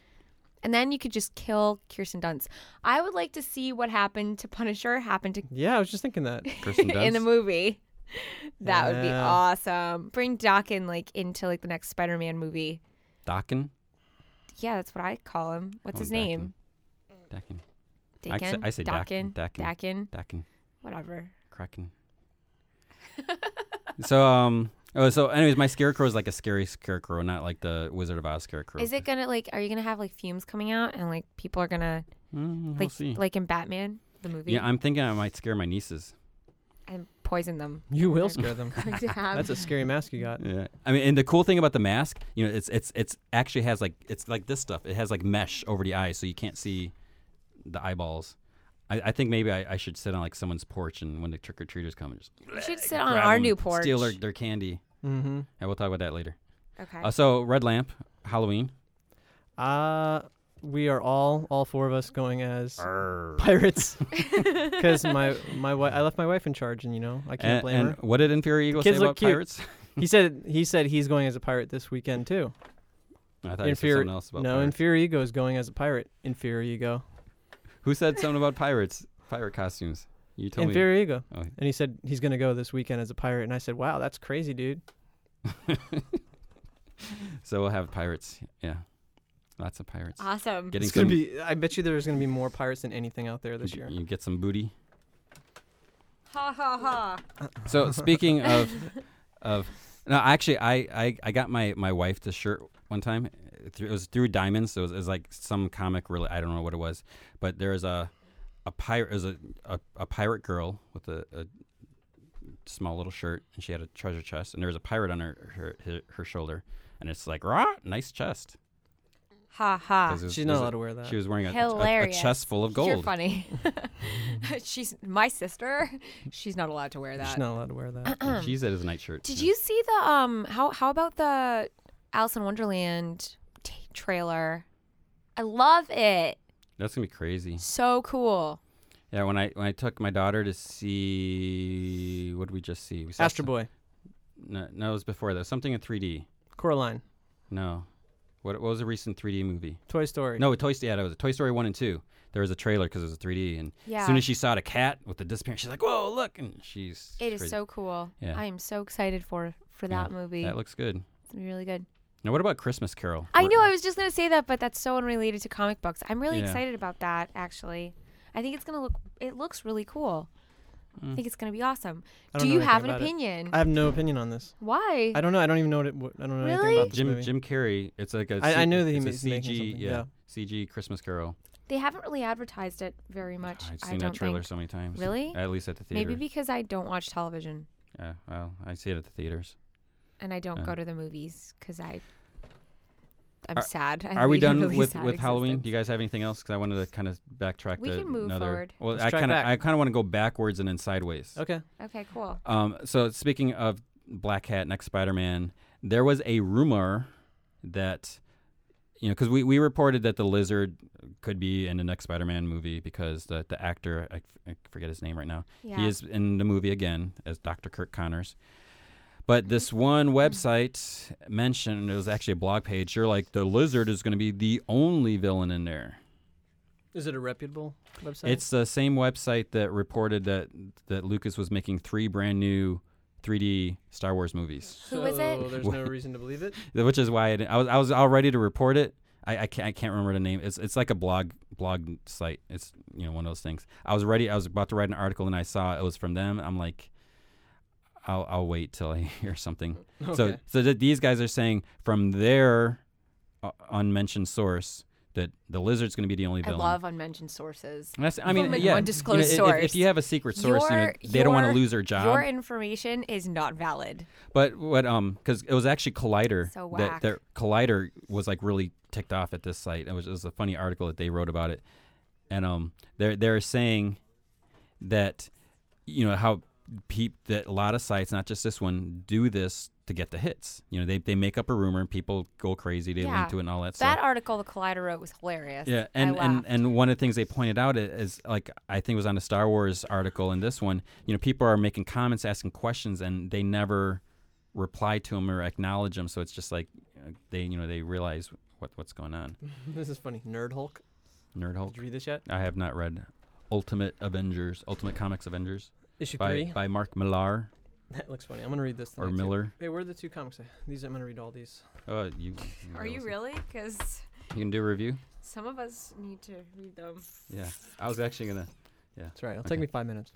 Speaker 2: and then you could just kill kirsten dunst i would like to see what happened to punisher happen to
Speaker 3: Yeah, I was just
Speaker 2: [laughs]
Speaker 3: thinking that.
Speaker 1: Kirsten
Speaker 2: in the
Speaker 1: Dunst?
Speaker 2: movie [laughs] that would be
Speaker 3: Yeah.
Speaker 2: awesome bring Dokken like into like the next spider-man movie
Speaker 1: Dokken.
Speaker 2: yeah that's what i call him what's
Speaker 1: Oh,
Speaker 2: his
Speaker 1: Dakin.
Speaker 2: name
Speaker 1: Dakin. I say-
Speaker 2: Dakin?
Speaker 1: I say Dakin. Dakin.
Speaker 2: Dakin.
Speaker 1: Dakin.
Speaker 2: whatever.
Speaker 1: [laughs] Kraken. so um oh so anyways, my scarecrow is like a scary scarecrow, not like the Wizard of Oz scarecrow.
Speaker 2: Is it gonna like? Are you gonna have like fumes coming out and like people are gonna
Speaker 1: Mm, we'll
Speaker 2: like
Speaker 1: see.
Speaker 2: like in Batman the movie?
Speaker 1: yeah, I'm thinking I might scare my nieces.
Speaker 2: and
Speaker 1: [laughs]
Speaker 2: poison them. [laughs]
Speaker 3: You will scare them.
Speaker 2: Going to have-
Speaker 3: That's a scary mask you got.
Speaker 1: Yeah. I mean, and the cool thing about the mask, you know, it's it's it's actually has like it's like this stuff. It has like mesh over the eyes, so you can't see the eyeballs. I, I think maybe I, I should sit on like someone's porch, and when the trick or treaters come, just
Speaker 2: you should sit on
Speaker 1: grab
Speaker 2: our
Speaker 1: 'em,
Speaker 2: new porch.
Speaker 1: steal their, their candy.
Speaker 3: Mm-hmm.
Speaker 1: And we'll talk about that later.
Speaker 2: okay.
Speaker 1: Uh, so red lamp, Halloween.
Speaker 3: Uh, we are all, all four of us, going as pirates. [laughs] Because my my wife, I left my wife in charge, and you know I can't
Speaker 1: And,
Speaker 3: blame
Speaker 1: and
Speaker 3: her.
Speaker 1: what did Inferior Eagle say
Speaker 3: kids look
Speaker 1: about
Speaker 3: cute.
Speaker 1: pirates?
Speaker 3: He said he said he's going as a pirate this weekend too.
Speaker 1: I thought you said
Speaker 3: Inferi-
Speaker 1: something else about
Speaker 3: no,
Speaker 1: pirates.
Speaker 3: Inferior Ego is going as a pirate. Inferior Ego.
Speaker 1: Who said something about pirates? Pirate costumes. You told
Speaker 3: Inferior Ego.
Speaker 1: Oh.
Speaker 3: And he said he's gonna go this weekend as a pirate, and I said, "Wow, that's crazy, dude."
Speaker 1: me. [laughs] So we'll have pirates. Yeah. Lots of pirates.
Speaker 2: awesome.
Speaker 1: Getting
Speaker 3: It's gonna
Speaker 1: some,
Speaker 3: be. I bet you there's gonna be more pirates than anything out there this
Speaker 1: you-
Speaker 3: year.
Speaker 1: You get some booty.
Speaker 2: Ha ha ha.
Speaker 1: So
Speaker 3: [laughs]
Speaker 1: speaking of of no, actually, I, I, I got my, my wife this shirt one time. It was through Diamonds. So it was, it was like some comic. Really, I don't know what it was, but there was a a pirate is a, a a pirate girl with a, a small little shirt, and she had a treasure chest, and there was a pirate on her her, her, her shoulder, and it's like rah, nice chest.
Speaker 2: Ha
Speaker 1: 'Cause
Speaker 2: ha.
Speaker 1: it was- it was
Speaker 3: She's not
Speaker 1: a-
Speaker 3: allowed to wear that.
Speaker 1: She was wearing a, a- a,
Speaker 2: Hilarious.
Speaker 1: chest full of
Speaker 2: You're
Speaker 1: gold. [laughs]
Speaker 2: funny. [laughs] She's my sister. She's not allowed to wear
Speaker 3: She's
Speaker 2: that.
Speaker 3: not allowed to
Speaker 2: [coughs]
Speaker 3: wear that.
Speaker 1: And She said it was a nightshirt.
Speaker 2: Did
Speaker 1: yeah.
Speaker 2: you see the um? How how about the Alice in Wonderland t- trailer? I love it.
Speaker 1: That's gonna be crazy.
Speaker 2: So cool.
Speaker 1: Yeah, when I when I took my daughter to see what did we just see? We saw
Speaker 3: Astro
Speaker 1: some-
Speaker 3: Boy,
Speaker 1: No, no, it was before that. Something in 3D.
Speaker 3: Coraline,
Speaker 1: No, what, what was a recent 3D movie?
Speaker 3: Toy Story.
Speaker 1: No, Toy Story. Yeah, that was a Toy Story one and two. There was a trailer because it was a 3D, and
Speaker 2: Yeah.
Speaker 1: as soon as she saw the cat with the disappearance, she's like, "Whoa, look!" And she's
Speaker 2: It is
Speaker 1: crazy.
Speaker 2: so cool.
Speaker 1: Yeah.
Speaker 2: I am so excited for for
Speaker 1: Yeah,
Speaker 2: that movie.
Speaker 1: that looks good.
Speaker 2: it's really good.
Speaker 1: Now, what about Christmas Carol?
Speaker 2: I
Speaker 1: We're-
Speaker 2: know I was just gonna say that, but that's so unrelated to comic books. I'm really
Speaker 1: Yeah.
Speaker 2: excited about that. Actually, I think it's gonna look. It looks really cool. I
Speaker 1: Mm.
Speaker 2: think it's gonna be awesome.
Speaker 3: I
Speaker 2: Do
Speaker 3: don't know
Speaker 2: you
Speaker 3: anything
Speaker 2: have an
Speaker 3: about it.
Speaker 2: opinion?
Speaker 3: I have no opinion on this.
Speaker 2: Why?
Speaker 3: I don't know. I don't even know what it. What, I don't know
Speaker 2: Really?
Speaker 3: anything about this
Speaker 1: Jim
Speaker 3: movie.
Speaker 1: Jim Carrey. It's like a
Speaker 3: I- I
Speaker 1: C-
Speaker 3: know that he
Speaker 1: it's a
Speaker 3: was making
Speaker 1: CG
Speaker 3: something,
Speaker 1: yeah,
Speaker 3: yeah.
Speaker 1: CG Christmas Carol.
Speaker 2: they haven't really advertised it very much.
Speaker 1: I've
Speaker 2: I
Speaker 1: seen
Speaker 2: don't
Speaker 1: that trailer
Speaker 2: think.
Speaker 1: so many times.
Speaker 2: Really?
Speaker 1: At least at the theater.
Speaker 2: Maybe because I don't watch television
Speaker 1: Yeah, well, I see it at the theaters.
Speaker 2: and I don't
Speaker 1: Uh.
Speaker 2: go to the movies because I. I'm
Speaker 1: Are-
Speaker 2: sad. I
Speaker 1: Are we
Speaker 2: [laughs] lead a
Speaker 1: done
Speaker 2: really
Speaker 1: with,
Speaker 2: sad
Speaker 1: with Halloween? Do
Speaker 2: existence.
Speaker 1: you guys have anything else? Because I wanted to kind of backtrack.
Speaker 2: We
Speaker 1: to
Speaker 2: can move
Speaker 1: another,
Speaker 2: forward.
Speaker 1: Well,
Speaker 3: Let's
Speaker 1: I
Speaker 3: track
Speaker 1: kind of
Speaker 3: back.
Speaker 1: I kind of want to go backwards and then sideways.
Speaker 3: Okay.
Speaker 2: Okay, cool.
Speaker 1: Um, so speaking of Black Hat, next Spider Man, there was a rumor that you know because we, we reported that the lizard could be in the next Spider Man movie because the the actor I, f- I forget his name right now.
Speaker 2: Yeah.
Speaker 1: He is in the movie again as Dr. Kirk Connors. But this one website mentioned it was actually a blog page. You're like the lizard is going to be the only villain in there.
Speaker 3: Is it a reputable website?
Speaker 1: It's the same website that reported that that Lucas was making three brand new 3D Star Wars movies,
Speaker 3: so
Speaker 2: Who was it?
Speaker 3: There's no reason to believe it.
Speaker 1: which is why I, didn't- I was I was all ready to report it. I, I can't I can't remember the name. It's it's like a blog blog site. It's you know one of those things. I was ready. I was about to write an article and I saw it was from them. I'm like, I'll I'll wait till I [laughs] hear something. [laughs] So
Speaker 3: Okay. [laughs]
Speaker 1: so th- these guys are saying from their uh, unmentioned source that the lizard's going to be the only
Speaker 2: I
Speaker 1: villain.
Speaker 2: love unmentioned sources.
Speaker 1: And That's, I mean,
Speaker 2: From an
Speaker 1: yeah.
Speaker 2: undisclosed
Speaker 1: you know, if- If,
Speaker 2: source.
Speaker 1: you have a secret source, you know,
Speaker 2: Your-
Speaker 1: they don't want to
Speaker 2: your-
Speaker 1: lose their job.
Speaker 2: Your information is not valid.
Speaker 1: but what um, because it was actually Collider
Speaker 2: So
Speaker 1: that
Speaker 2: whack.
Speaker 1: their Collider was like really ticked off at this site. It was, it was a funny article that they wrote about it, and um, they're they're saying that you know how peep that a lot of sites, not just this one, do this to get the hits. You know, they they make up a rumor and people go crazy. They
Speaker 2: Yeah.
Speaker 1: link to it and all that stuff.
Speaker 2: That article the Collider wrote was hilarious.
Speaker 1: Yeah, and,
Speaker 2: I
Speaker 1: and
Speaker 2: laughed.
Speaker 1: and one of the things they pointed out i- is like I think it was on the Star Wars article and this one, you know, people are making comments, asking questions, and they never reply to them or acknowledge them. So it's just like uh, they, you know, they realize what what's going on.
Speaker 3: this is funny. Nerd Hulk.
Speaker 1: Nerd
Speaker 3: Did
Speaker 1: Hulk.
Speaker 3: you read this yet?
Speaker 1: I have not read Ultimate Avengers, Ultimate Comics Avengers
Speaker 3: Issue
Speaker 1: by
Speaker 3: three.
Speaker 1: by Mark Millar
Speaker 3: [laughs] That looks funny. I'm gonna read this.
Speaker 1: or
Speaker 3: tonight, too.
Speaker 1: Miller.
Speaker 3: Hey, where are the two comics? I- These I'm gonna read all these.
Speaker 1: Oh, you.
Speaker 2: Are you really? Because
Speaker 1: You can do a review.
Speaker 2: some of us need to read them.
Speaker 1: Yeah, I was actually gonna.
Speaker 3: That's right. It'll
Speaker 1: Okay.
Speaker 3: take me five minutes.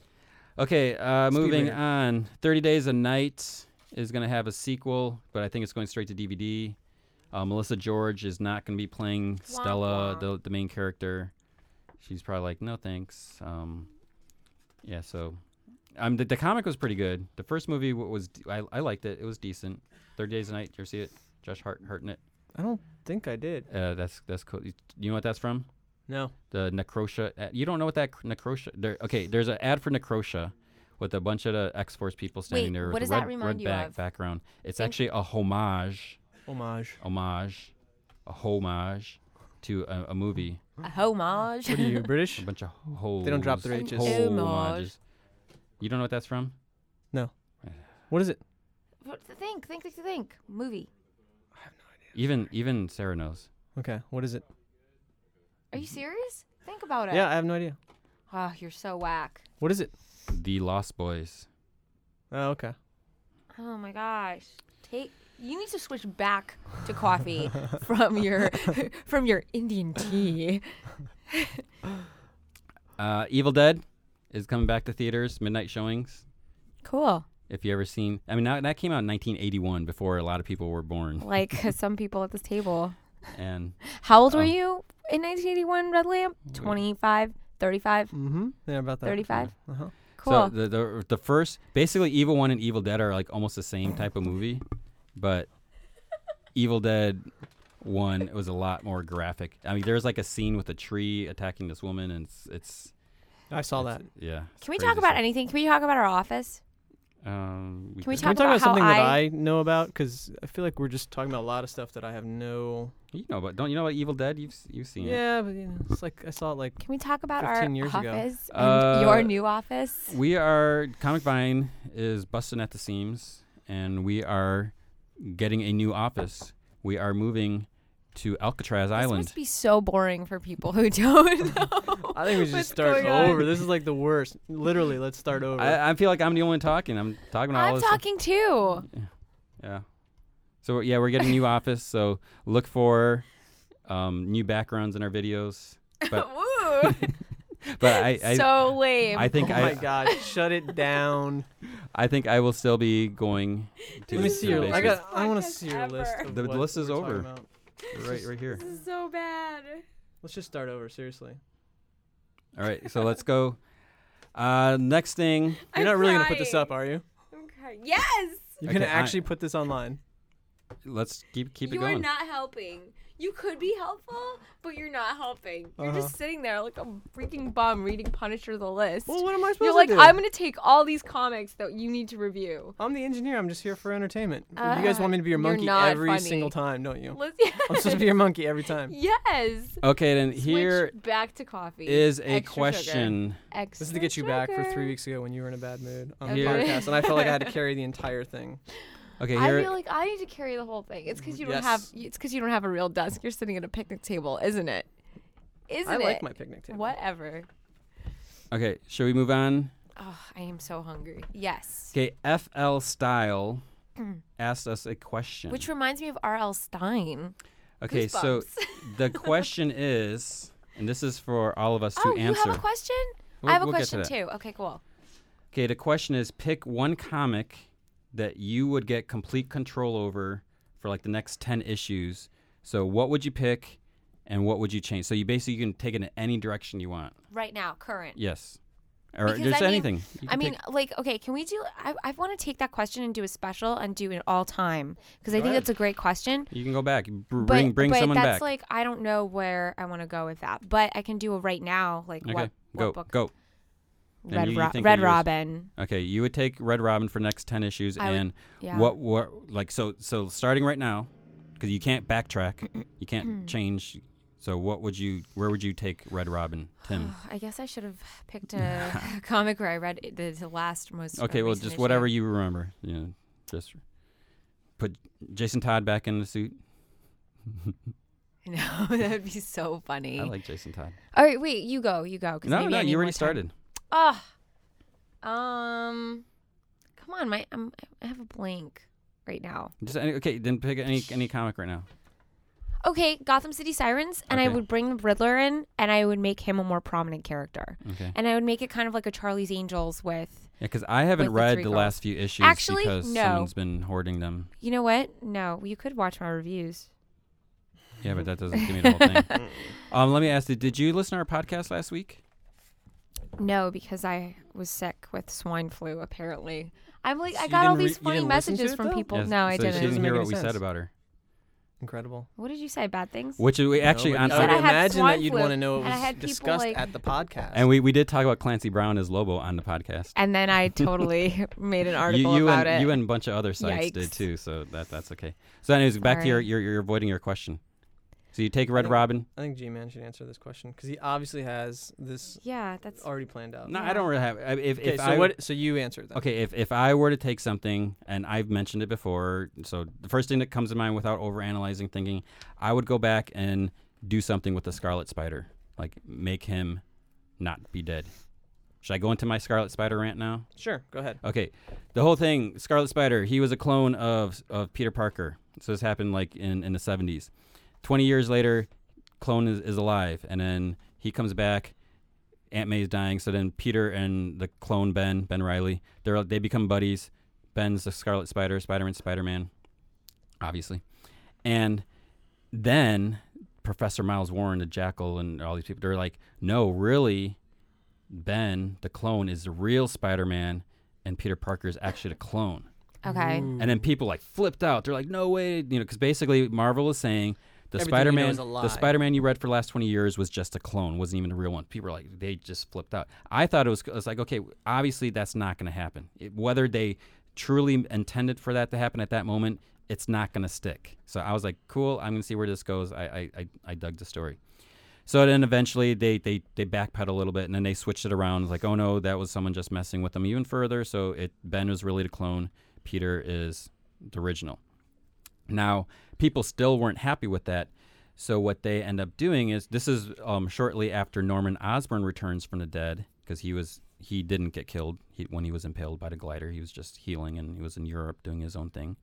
Speaker 1: Okay, uh,
Speaker 3: Speed
Speaker 1: moving
Speaker 3: reader.
Speaker 1: on. Thirty Days a Night is going to have a sequel, but I think it's going straight to DVD. Uh, Melissa George is not going to be playing Stella,
Speaker 2: wah.
Speaker 1: the, the main character. She's probably like, no thanks. Um, yeah, so um, the, the comic was pretty good. The first movie wa- was I, I liked it. It was decent. Thirty Days a Night. You ever see it? Josh Hart hurting it.
Speaker 3: I don't think I did.
Speaker 1: Uh, that's that's cool. You- You know what that's from? [laughs]
Speaker 3: No.
Speaker 1: the Necrosia. ad- You don't know what that cr- Necrosia. There, okay, there's an ad for Necrosia with a bunch of the X Force people standing
Speaker 2: Wait,
Speaker 1: there.
Speaker 2: what
Speaker 1: with
Speaker 2: does
Speaker 1: a
Speaker 2: that
Speaker 1: red,
Speaker 2: remind
Speaker 1: red
Speaker 2: you
Speaker 1: back,
Speaker 2: of?
Speaker 1: Background. It's
Speaker 2: Think-
Speaker 1: actually a homage,
Speaker 3: Homage.
Speaker 1: homage, a homage to a, a movie.
Speaker 2: A homage.
Speaker 3: What
Speaker 2: [laughs]
Speaker 3: are you
Speaker 1: A
Speaker 3: British?
Speaker 1: [laughs] bunch of hoes.
Speaker 3: They don't drop their
Speaker 2: An
Speaker 3: H's.
Speaker 1: Homages. You don't know what that's from?
Speaker 3: What is it?
Speaker 2: What- think, think, think, think. Movie.
Speaker 1: Even even Sarah knows.
Speaker 3: Okay. What is it?
Speaker 2: Are
Speaker 1: Mm-hmm.
Speaker 2: you serious? Think about it.
Speaker 3: Yeah, I have no idea.
Speaker 2: Oh, you're so whack.
Speaker 3: What is it?
Speaker 1: The Lost Boys.
Speaker 3: Oh, okay.
Speaker 2: Oh my gosh. Take. You need to switch back to [laughs] coffee from your from your Indian tea.
Speaker 1: Uh, Evil Dead is coming back to theaters, midnight showings.
Speaker 2: Cool.
Speaker 1: If you ever seen, I mean, that, that came out in 1981, before a lot of people were born.
Speaker 2: Like [laughs] some people at this table.
Speaker 1: And
Speaker 2: How
Speaker 3: Oh.
Speaker 2: old were
Speaker 1: Um,
Speaker 2: you in 1981, Red Lamp? 25, 35,
Speaker 3: Mm-hmm. Yeah, about that.
Speaker 2: 35?
Speaker 3: Uh-huh.
Speaker 2: Cool.
Speaker 1: so the, the the first, basically, Evil One and Evil Dead are like almost the same type of movie, but Evil Dead One it was a lot more graphic. I mean, there's like a scene with a tree attacking this woman, and it's it's
Speaker 3: I saw
Speaker 1: it's-
Speaker 3: that.
Speaker 1: Yeah.
Speaker 2: Can we talk about anything? Can we talk about our office?
Speaker 1: it? Um, could-
Speaker 2: Can we talk
Speaker 3: Can we talk about,
Speaker 2: about how
Speaker 3: something that
Speaker 2: I-
Speaker 3: I know about? Because I feel like we're just talking about a lot of stuff that I have no.
Speaker 1: You know, but don't you know about Evil Dead? You've s- you've seen it.
Speaker 3: Yeah, but you know, it's like I saw it like
Speaker 2: Can we talk about our
Speaker 3: 15 years ago.
Speaker 2: office
Speaker 1: Uh,
Speaker 2: and your new office?
Speaker 1: We are Comic Vine is busting at the seams, and we are getting a new office. We are moving to Alcatraz
Speaker 2: This
Speaker 1: Island.
Speaker 2: must be so boring for people who [laughs] don't know.
Speaker 3: [laughs]
Speaker 2: [laughs]
Speaker 3: I think we should
Speaker 2: what's
Speaker 3: just start
Speaker 2: going on.
Speaker 3: over. This is like the worst. Literally, let's start over.
Speaker 1: I, I feel like I'm the only one talking. I'm talking about all
Speaker 2: I'm
Speaker 1: this.
Speaker 2: talking too.
Speaker 1: yeah. So yeah, we're getting a new
Speaker 2: [laughs]
Speaker 1: office. So look for um, new backgrounds in our videos. But-
Speaker 2: [laughs] Woo.
Speaker 1: But I I,
Speaker 2: so lame.
Speaker 1: I think
Speaker 3: oh my
Speaker 1: I
Speaker 3: god, shut it
Speaker 1: [laughs]
Speaker 3: down.
Speaker 1: I think I will still be going. To
Speaker 3: Let me
Speaker 1: the-
Speaker 3: see
Speaker 1: to the
Speaker 3: your. I
Speaker 1: basement.
Speaker 3: got. I want to
Speaker 2: Podcast
Speaker 3: see your list.
Speaker 2: ever.
Speaker 3: of
Speaker 1: The
Speaker 3: what
Speaker 1: list is
Speaker 3: we're talking
Speaker 1: over.
Speaker 3: about.
Speaker 1: right right here.
Speaker 2: is so bad.
Speaker 3: Let's just start over. Seriously,
Speaker 1: All right, so let's go. Uh, next thing.
Speaker 2: I'm
Speaker 3: you're not really gonna put this up,
Speaker 2: crying.
Speaker 3: are you?
Speaker 2: I'm crying. Yes.
Speaker 3: You're
Speaker 1: Okay,
Speaker 3: gonna
Speaker 1: I-
Speaker 3: actually put this online.
Speaker 1: Let's keep keep
Speaker 2: you
Speaker 1: it going.
Speaker 2: are not helping. You could be helpful, but you're not helping. You're
Speaker 3: Uh-huh.
Speaker 2: just sitting there like a freaking bum reading Punisher the list.
Speaker 3: Well, what am I supposed
Speaker 2: you're
Speaker 3: to
Speaker 2: like,
Speaker 3: do?
Speaker 2: I'm gonna take all these comics that you need to review.
Speaker 3: I'm the engineer. I'm just here for entertainment. you guys
Speaker 2: Uh,
Speaker 3: want me to be your
Speaker 2: you're
Speaker 3: monkey
Speaker 2: not
Speaker 3: every
Speaker 2: funny.
Speaker 3: single time,
Speaker 2: [laughs]
Speaker 3: don't you?
Speaker 2: Let's,
Speaker 3: I'm supposed to be your monkey every time.
Speaker 2: yes.
Speaker 1: Okay, then here
Speaker 2: Switch back to coffee.
Speaker 1: is a
Speaker 2: Extra sugar.
Speaker 1: question.
Speaker 2: Extra
Speaker 3: This is to get you back for
Speaker 2: sugar.
Speaker 3: three weeks ago when you were in a bad mood on the
Speaker 1: Here-
Speaker 3: podcast, and I felt like
Speaker 2: [laughs]
Speaker 3: I had to carry the entire thing.
Speaker 1: Okay, Mm,
Speaker 2: I
Speaker 1: here
Speaker 2: feel like I need to carry the whole thing. It's because you don't
Speaker 3: Yes.
Speaker 2: have. It's because you don't have a real desk. You're sitting at a picnic table, isn't it? Isn't
Speaker 3: I like
Speaker 2: it?
Speaker 3: my picnic table.
Speaker 2: Whatever.
Speaker 1: okay, should we move on?
Speaker 2: Oh, I am so hungry. Yes.
Speaker 1: Okay, FL Style asked us a question.
Speaker 2: Mm. Which reminds me of R.L. Stein.
Speaker 1: okay, so
Speaker 2: Goosebumps.
Speaker 1: the question is, and this is for all of us
Speaker 2: [laughs] oh,
Speaker 1: to
Speaker 2: you
Speaker 1: answer.
Speaker 2: have a question?
Speaker 1: We'll-
Speaker 2: I have a
Speaker 1: we'll get to
Speaker 2: question
Speaker 1: that.
Speaker 2: too. Okay, cool.
Speaker 1: Okay, the question is pick one comic that you would get complete control over for like the next 10 issues. So, what would you pick and what would you change? So, you basically can take it in any direction you want.
Speaker 2: Right now, current.
Speaker 1: Yes. Or
Speaker 2: Because,
Speaker 1: just
Speaker 2: I mean-
Speaker 1: anything. You
Speaker 2: I
Speaker 1: can
Speaker 2: mean,
Speaker 1: pick-
Speaker 2: like, okay, can we do? I, I want to take that question and do a special and do an all time because I think
Speaker 1: ahead.
Speaker 2: that's a great question.
Speaker 1: you can go back. Br-
Speaker 2: But,
Speaker 1: Bring, bring
Speaker 2: but
Speaker 1: someone
Speaker 2: that's
Speaker 1: back.
Speaker 2: like I don't know where I want to go with that, but I can do a right now. Like
Speaker 1: okay,
Speaker 2: what, what
Speaker 1: go,
Speaker 2: book?
Speaker 1: go. And
Speaker 2: Red,
Speaker 1: you- you
Speaker 2: Ro-
Speaker 1: think
Speaker 2: Red
Speaker 1: of yours.
Speaker 2: Robin.
Speaker 1: Okay, you would take Red Robin for next 10 issues
Speaker 2: I would-
Speaker 1: and
Speaker 2: Yeah. [sighs]
Speaker 1: what what like so so starting right now because you can't backtrack.
Speaker 2: [clears throat]
Speaker 1: you
Speaker 2: Mm-hmm.
Speaker 1: can't change. So what would you where would you take Red Robin,
Speaker 2: [sighs]
Speaker 1: Tim?
Speaker 2: I guess I should have picked a
Speaker 1: [laughs]
Speaker 2: [laughs] comic where I read it- the, the last most.
Speaker 1: Okay, well,
Speaker 2: recent
Speaker 1: just
Speaker 2: issue. [laughs]
Speaker 1: whatever you remember. You know, just put Jason Todd back in the suit.
Speaker 2: No, that would be so funny.
Speaker 1: I like Jason Todd.
Speaker 2: All right, wait, you go, you go. 'cause
Speaker 1: No,
Speaker 2: maybe
Speaker 1: no,
Speaker 2: I need
Speaker 1: you
Speaker 2: more
Speaker 1: already
Speaker 2: time.
Speaker 1: started.
Speaker 2: Ah, um, come on, my I'm, I have a blank right now.
Speaker 1: Just any, okay, then pick any any comic right now.
Speaker 2: Okay, Gotham City Sirens, and I
Speaker 1: Okay.
Speaker 2: would bring the Riddler in, and I would make him a more prominent character, [sighs]
Speaker 1: Okay,
Speaker 2: and I would make it kind of like a Charlie's Angels with.
Speaker 1: yeah, because I haven't
Speaker 2: With the
Speaker 1: read
Speaker 2: three
Speaker 1: the
Speaker 2: girls.
Speaker 1: last few issues
Speaker 2: Actually,
Speaker 1: because
Speaker 2: no.
Speaker 1: someone's been hoarding them.
Speaker 2: You know what? No, you could watch my reviews.
Speaker 1: Yeah, but that doesn't give me the whole
Speaker 2: [laughs]
Speaker 1: thing. Um, let me ask you: Did you listen to our podcast last week?
Speaker 2: No, because I was sick with swine flu. Apparently, I'm like
Speaker 3: So
Speaker 2: I
Speaker 3: you
Speaker 2: got all
Speaker 3: didn't re-
Speaker 2: these
Speaker 3: you
Speaker 2: funny
Speaker 3: didn't listen to
Speaker 2: messages
Speaker 3: it,
Speaker 2: from
Speaker 3: though?
Speaker 2: people.
Speaker 1: Yes,
Speaker 2: no,
Speaker 1: so
Speaker 2: I didn't.
Speaker 1: She didn't
Speaker 3: Doesn't
Speaker 1: hear
Speaker 3: make
Speaker 1: what
Speaker 3: any
Speaker 1: we said
Speaker 3: sense.
Speaker 1: about her.
Speaker 3: Incredible.
Speaker 2: What did you say? Bad things?
Speaker 1: Which we actually,
Speaker 3: No,
Speaker 1: on
Speaker 3: but
Speaker 2: said
Speaker 3: I
Speaker 2: I
Speaker 3: would
Speaker 2: had
Speaker 3: imagine
Speaker 2: swine
Speaker 3: that you'd
Speaker 2: flu,
Speaker 3: want to know what
Speaker 2: and I
Speaker 3: was
Speaker 2: had people,
Speaker 3: discussed
Speaker 2: like-
Speaker 3: at the podcast.
Speaker 1: and we, we did talk about Clancy Brown as Lobo on the podcast.
Speaker 2: And then I totally [laughs] made an article
Speaker 1: you, you
Speaker 2: about
Speaker 1: and
Speaker 2: it.
Speaker 1: you and a bunch of other sites did
Speaker 2: Yikes.
Speaker 1: too, so that that's okay. So, anyways, back to your,
Speaker 2: Sorry.
Speaker 1: your you're avoiding your question. So you take Red
Speaker 3: Yeah.
Speaker 1: Robin.
Speaker 3: I think G-Man should answer this question because he obviously has this
Speaker 2: yeah, that's
Speaker 1: Oh,
Speaker 3: already planned out.
Speaker 1: No, I don't really have. I- If,
Speaker 3: Okay,
Speaker 1: if
Speaker 3: so
Speaker 1: I
Speaker 3: what? So you answer that.
Speaker 1: okay, if if I were to take something, and I've mentioned it before, so the first thing that comes to mind without overanalyzing thinking, I would go back and do something with the Scarlet Spider, like make him not be dead. Should I go into my Scarlet Spider rant now?
Speaker 3: Sure. Go ahead.
Speaker 1: Okay, the whole thing. Scarlet Spider. He was a clone of of Peter Parker. So this happened like in in the seventies. Twenty years later, clone is, is alive, and then he comes back Aunt May's dying, so then Peter and the clone Ben, Ben Riley, they're they become buddies. Ben's the Scarlet Spider, Spider Man, Spider Man, obviously, and then Professor Miles Warren, the Jackal, and all these people, they're like, no, really, Ben, the clone, is the real Spider Man, and Peter Parker is actually the clone.
Speaker 2: Okay.
Speaker 1: And then people like flipped out. They're like, no way, you know, because basically Marvel is saying the
Speaker 3: Everything you know
Speaker 1: Spider Man,
Speaker 3: is a lie.
Speaker 1: the Spider Man you read for the last twenty years was just a clone, wasn't even the real one. People are like, they just flipped out. I thought it was, it's like, okay, obviously that's not going to happen. It, whether they truly intended for that to happen at that moment, it's not going to stick. So I was like, cool, I'm going to see where this goes. I, I, I, I dug the story. So then eventually they, they, they backpedal a little bit and then they switched it around. It's like, oh no, that was someone just messing with them even further. So it Ben was really the clone. Peter is the original. Now, people still weren't happy with that. So what they end up doing is this is um, shortly after Norman Osborn returns from the dead because he was he didn't get killed he, when he was impaled by the glider. He was just healing and he was in Europe doing his own thing.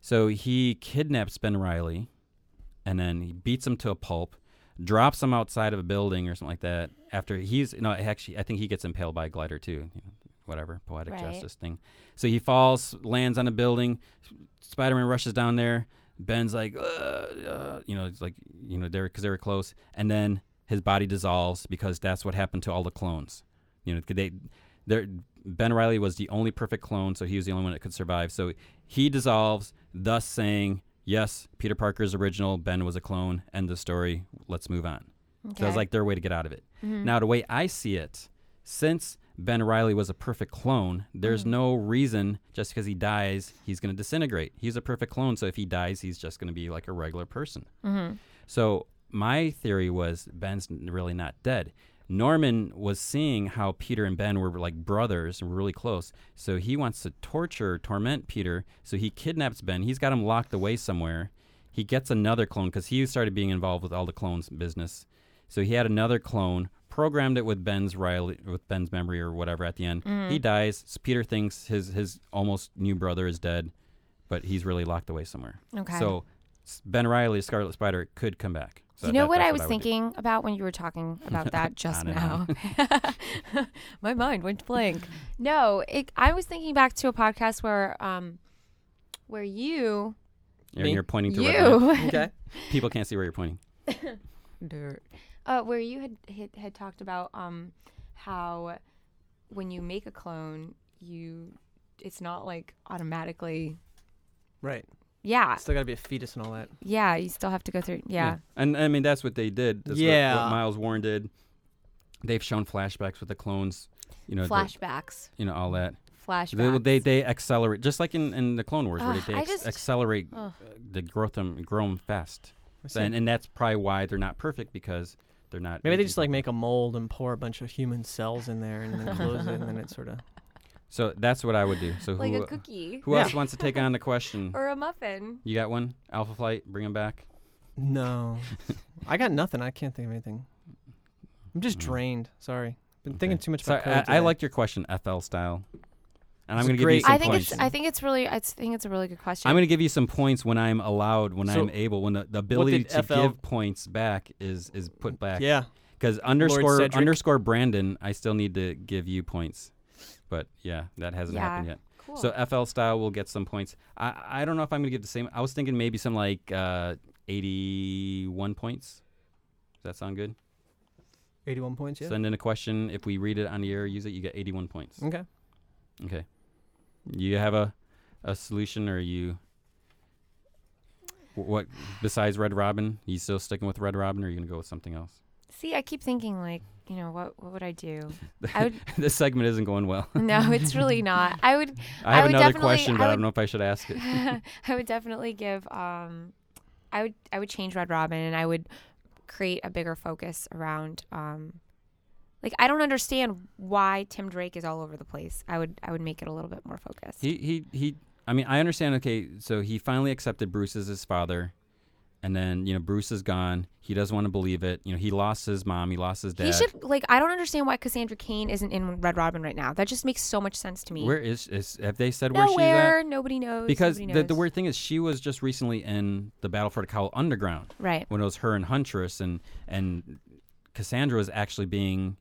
Speaker 1: So he kidnaps Ben Riley, and then he beats him to a pulp, drops him outside of a building or something like that. After he's no, actually, I think he gets impaled by a glider too. You know, whatever poetic
Speaker 2: Right.
Speaker 1: justice thing. So he falls, lands on a building. Spider Man rushes down there. Ben's like, "Ugh, uh, you know, it's like you know, they're because they were close, and then his body dissolves because that's what happened to all the clones. You know, 'cause they, they're, Ben Riley was the only perfect clone, so he was the only one that could survive. So he dissolves, thus saying, yes, Peter Parker is original. Ben was a clone. End of story. Let's move on. So it was
Speaker 2: Okay.
Speaker 1: like their way to get out of it.
Speaker 2: Mhm.
Speaker 1: Now, the way I see it, since Ben Riley was a perfect clone, there's no reason just because he dies, he's going to disintegrate. He's a perfect clone. So if he dies, he's just going to be like a regular person.
Speaker 2: Mhm.
Speaker 1: So my theory was Ben's n- really not dead. Norman was seeing how Peter and Ben were like brothers and were really close. So he wants to torture, torment Peter. So he kidnaps Ben. He's got him locked away somewhere. He gets another clone because he started being involved with all the clones business. So he had another clone, programmed it with Ben's Riley, with Ben's memory or whatever. At the end, he dies. So Peter thinks his his almost new brother is dead, but he's really locked away somewhere.
Speaker 2: Okay.
Speaker 1: So S- Ben Riley, Scarlet Spider, could come back. So
Speaker 2: you know
Speaker 1: that-
Speaker 2: what
Speaker 1: that's
Speaker 2: I was
Speaker 1: would do.
Speaker 2: thinking about when you
Speaker 1: [laughs]
Speaker 2: were talking about that just
Speaker 1: On and
Speaker 2: now? [laughs] My mind went blank. No, it, I was thinking back to a podcast where, um, where you,
Speaker 1: Aaron,
Speaker 3: Me?
Speaker 1: you're [laughs] pointing to red light.
Speaker 2: you, [laughs]
Speaker 3: okay.
Speaker 1: People can't see where you're pointing.
Speaker 2: Dirt. Uh, where you had, had had talked about um how when you make a clone, you it's not like automatically.
Speaker 3: Right.
Speaker 2: Yeah,
Speaker 3: Still got to be a fetus and all that.
Speaker 2: yeah. You still have to go through. Yeah,
Speaker 1: And I mean that's what they did. That's what- What,
Speaker 3: Yeah.
Speaker 1: Miles Warren did. They've shown flashbacks with the clones. You know, the-
Speaker 2: flashbacks,
Speaker 1: you know all that.
Speaker 2: flashbacks.
Speaker 1: They, they they accelerate just like in, in the Clone Wars where
Speaker 2: Ugh,
Speaker 1: they
Speaker 2: I
Speaker 1: ex-
Speaker 2: just-
Speaker 1: accelerate
Speaker 2: Ugh.
Speaker 1: uh, the growth and grow 'em fast.
Speaker 3: I see.
Speaker 1: And, and that's probably why they're not perfect because they're not.
Speaker 3: Maybe they just like make a mold and pour a bunch of human cells in there and then close it and then
Speaker 1: [laughs]
Speaker 3: it sort of.
Speaker 1: So that's what I would do. So
Speaker 2: like
Speaker 1: who uh,
Speaker 2: a cookie
Speaker 1: who
Speaker 2: [laughs]
Speaker 3: Yeah.
Speaker 1: else wants to take on the question?
Speaker 2: or a muffin.
Speaker 1: You got one? Alpha Flight, bring him back.
Speaker 3: No, I got nothing. I can't think of anything. I'm just
Speaker 1: Mm.
Speaker 3: drained. Sorry, been
Speaker 1: Okay.
Speaker 3: thinking too much
Speaker 1: Sorry,
Speaker 3: about.
Speaker 1: I,
Speaker 3: code
Speaker 1: I
Speaker 3: today.
Speaker 1: liked your question, FL style. And I'm
Speaker 3: It's
Speaker 1: going to give you
Speaker 3: great.
Speaker 1: some
Speaker 2: I think
Speaker 1: points.
Speaker 2: it's I think it's really I think it's a really good question.
Speaker 1: I'm going to give you some points when I'm allowed, when
Speaker 3: So,
Speaker 1: I'm able, when the, the ability
Speaker 3: did
Speaker 1: to
Speaker 3: FL
Speaker 1: give points back is is put back.
Speaker 3: Yeah.
Speaker 1: Because underscore
Speaker 3: Cedric.
Speaker 1: underscore Brandon, I still need to give you points. But yeah, that hasn't
Speaker 2: Yeah.
Speaker 1: happened yet.
Speaker 2: cool.
Speaker 1: So FL style will get some points. I, I don't know if I'm going to give the same. I was thinking maybe some like uh, 81 points. Does that sound good?
Speaker 3: 81 points. Yeah.
Speaker 1: Send in a question. If we read it on the air, use it, you get 81 points.
Speaker 3: okay.
Speaker 1: Okay. You have a, a solution, or you wh- what besides Red Robin? You still sticking with Red Robin, or are you gonna go with something else?
Speaker 2: See, I keep thinking like you know what what would I
Speaker 1: [laughs]
Speaker 2: do? I would
Speaker 1: this segment isn't going well.
Speaker 2: no, it's really not. I would
Speaker 1: I have
Speaker 2: would
Speaker 1: another
Speaker 2: definitely-
Speaker 1: question,
Speaker 2: I
Speaker 1: but I,
Speaker 2: would-
Speaker 1: don't know if I should ask it.
Speaker 2: [laughs] I would definitely give. Um, I would I would change Red Robin, and I would create a bigger focus around. Um, like I don't understand why Tim Drake is all over the place. I would I would make it a little bit more focused.
Speaker 1: He he he. I mean, I understand. Okay, so he finally accepted Bruce as his father, and then you know Bruce is gone. He doesn't want to believe it. You know, he lost his mom. He lost his dad.
Speaker 2: He should like I don't understand why Cassandra Kane isn't in Red Robin right now. That just makes so much sense to me.
Speaker 1: Where is is? Have they said where she's at?
Speaker 2: Nowhere, nobody knows.
Speaker 1: Because
Speaker 2: nobody
Speaker 1: the, the
Speaker 2: knows.
Speaker 1: weird thing is, she was just recently in the Battle for the Cowl Underground
Speaker 2: right.
Speaker 1: when it was her and Huntress, and and Cassandra was actually being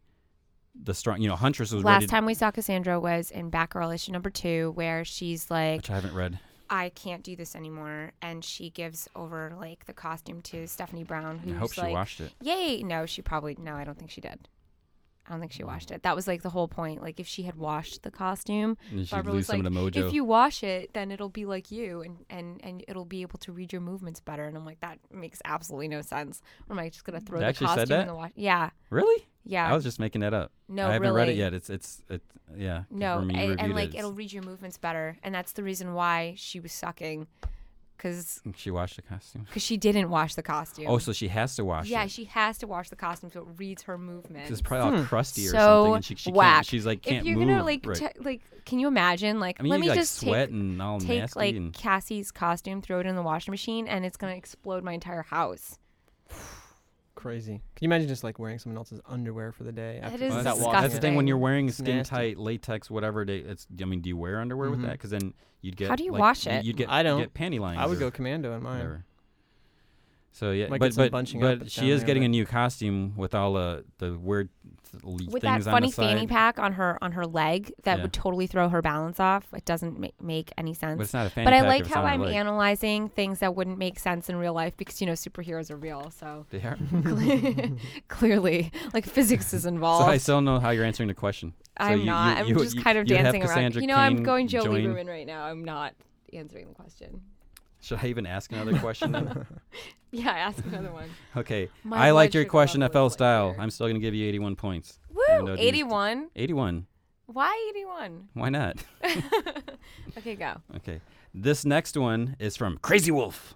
Speaker 1: the strong. You know, Huntress was
Speaker 2: Last
Speaker 1: rated,
Speaker 2: time we saw Cassandra was in Batgirl issue number two, where she's like,
Speaker 1: which I haven't read.
Speaker 2: "I can't do this anymore," and she gives over like the costume to Stephanie Brown,
Speaker 1: I
Speaker 2: who's
Speaker 1: hope she
Speaker 2: like,
Speaker 1: watched it.
Speaker 2: "Yay!" No, she probably no. I don't think she did. I don't think she washed it. That was like the whole point. Like if she had washed the costume,
Speaker 1: And she'd
Speaker 2: Barbara
Speaker 1: lose
Speaker 2: was
Speaker 1: some
Speaker 2: like,
Speaker 1: of the mojo.
Speaker 2: if you wash it, then it'll be like you, and and and it'll be able to read your movements better. And I'm like, that makes absolutely no sense. Am I just gonna throw
Speaker 1: They
Speaker 2: the
Speaker 1: actually
Speaker 2: costume
Speaker 1: said that?
Speaker 2: in the wash? Yeah,
Speaker 1: [laughs] really?
Speaker 2: yeah.
Speaker 1: I was just making that up.
Speaker 2: no,
Speaker 1: I haven't read it
Speaker 2: really.
Speaker 1: yet. It's it's it. Yeah. 'cause
Speaker 2: No,
Speaker 1: when you
Speaker 2: and,
Speaker 1: reviewed
Speaker 2: and
Speaker 1: it,
Speaker 2: like
Speaker 1: it's-
Speaker 2: it'll read your movements better, and that's the reason why she was sucking, because
Speaker 1: She watched the costume.
Speaker 2: she didn't wash the costume.
Speaker 1: Oh, so she has to wash
Speaker 2: yeah,
Speaker 1: it.
Speaker 2: she has to wash the costume so it reads her movement.
Speaker 1: It's probably all crusty or something,
Speaker 2: So
Speaker 1: and she, she
Speaker 2: whack.
Speaker 1: can't. She's like can't
Speaker 2: if you're
Speaker 1: move.
Speaker 2: gonna like,
Speaker 1: right.
Speaker 2: te- like, can you imagine? Like,
Speaker 1: I mean,
Speaker 2: let
Speaker 1: you
Speaker 2: me
Speaker 1: like
Speaker 2: just
Speaker 1: sweat
Speaker 2: take
Speaker 1: and all
Speaker 2: take
Speaker 1: nasty
Speaker 2: like
Speaker 1: and
Speaker 2: Cassie's costume, throw it in the washing machine, and it's gonna explode my entire house.
Speaker 3: Crazy. Can you imagine just like wearing someone else's underwear for the day?
Speaker 2: That
Speaker 3: after
Speaker 2: is
Speaker 1: Well,
Speaker 3: that
Speaker 1: that's,
Speaker 3: walk?
Speaker 2: disgusting.
Speaker 1: that's the thing when you're wearing
Speaker 3: It's
Speaker 1: skin
Speaker 3: nasty.
Speaker 1: tight latex, whatever. They, it's. I mean, do you wear underwear
Speaker 3: Mhm.
Speaker 1: with that? Because then you'd get.
Speaker 2: How do you
Speaker 1: like,
Speaker 2: wash
Speaker 1: you-
Speaker 2: it?
Speaker 1: You'd get.
Speaker 3: I don't.
Speaker 1: You'd get panty lines.
Speaker 3: I would
Speaker 1: or
Speaker 3: go commando in mine.
Speaker 1: Whatever. So yeah,
Speaker 3: Might get
Speaker 1: but
Speaker 3: some
Speaker 1: but,
Speaker 3: bunching up
Speaker 1: but
Speaker 3: down
Speaker 1: she is
Speaker 3: there,
Speaker 1: getting
Speaker 3: but-
Speaker 1: a new costume with all the the weird th- l-
Speaker 2: With that
Speaker 1: things on
Speaker 2: funny
Speaker 1: the side.
Speaker 2: fanny pack on her on her leg, that
Speaker 1: Yeah.
Speaker 2: would totally throw her balance off. It doesn't ma- make any sense.
Speaker 1: But it's not a fanny
Speaker 2: But
Speaker 1: pack.
Speaker 2: I
Speaker 1: if
Speaker 2: like
Speaker 1: it's
Speaker 2: how
Speaker 1: on her
Speaker 2: I'm
Speaker 1: leg.
Speaker 2: analyzing things that wouldn't make sense in real life because you know superheroes are real, so
Speaker 1: [laughs]
Speaker 2: [laughs]
Speaker 1: They are.
Speaker 2: clearly, like physics
Speaker 1: [laughs]
Speaker 2: is
Speaker 1: So I
Speaker 2: involved.
Speaker 1: still don't know how you're answering the question. so
Speaker 2: I'm
Speaker 1: you-
Speaker 2: not.
Speaker 1: you-
Speaker 2: I'm
Speaker 1: you-
Speaker 2: just
Speaker 1: you-
Speaker 2: kind of
Speaker 1: you have
Speaker 2: dancing around.
Speaker 1: Cassandra
Speaker 2: You know, I'm
Speaker 1: Cain
Speaker 2: going Joe
Speaker 1: join-
Speaker 2: Lieberman right now. I'm not answering the question. [laughs]
Speaker 1: Should I even ask
Speaker 3: [laughs]
Speaker 1: another question? then?
Speaker 2: Yeah, ask
Speaker 1: [laughs]
Speaker 2: another one.
Speaker 1: okay.
Speaker 2: My
Speaker 1: I
Speaker 2: blood
Speaker 1: liked your
Speaker 2: sugar
Speaker 1: question,
Speaker 2: level
Speaker 1: FL
Speaker 2: is like
Speaker 1: style.
Speaker 2: here.
Speaker 1: I'm still gonna give you 81 points. though
Speaker 2: Woo!
Speaker 1: these-
Speaker 2: 81.
Speaker 1: 81.
Speaker 2: Why 81?
Speaker 1: Why not?
Speaker 2: [laughs] Okay, go.
Speaker 1: Okay. This next one is from Crazy Wolf.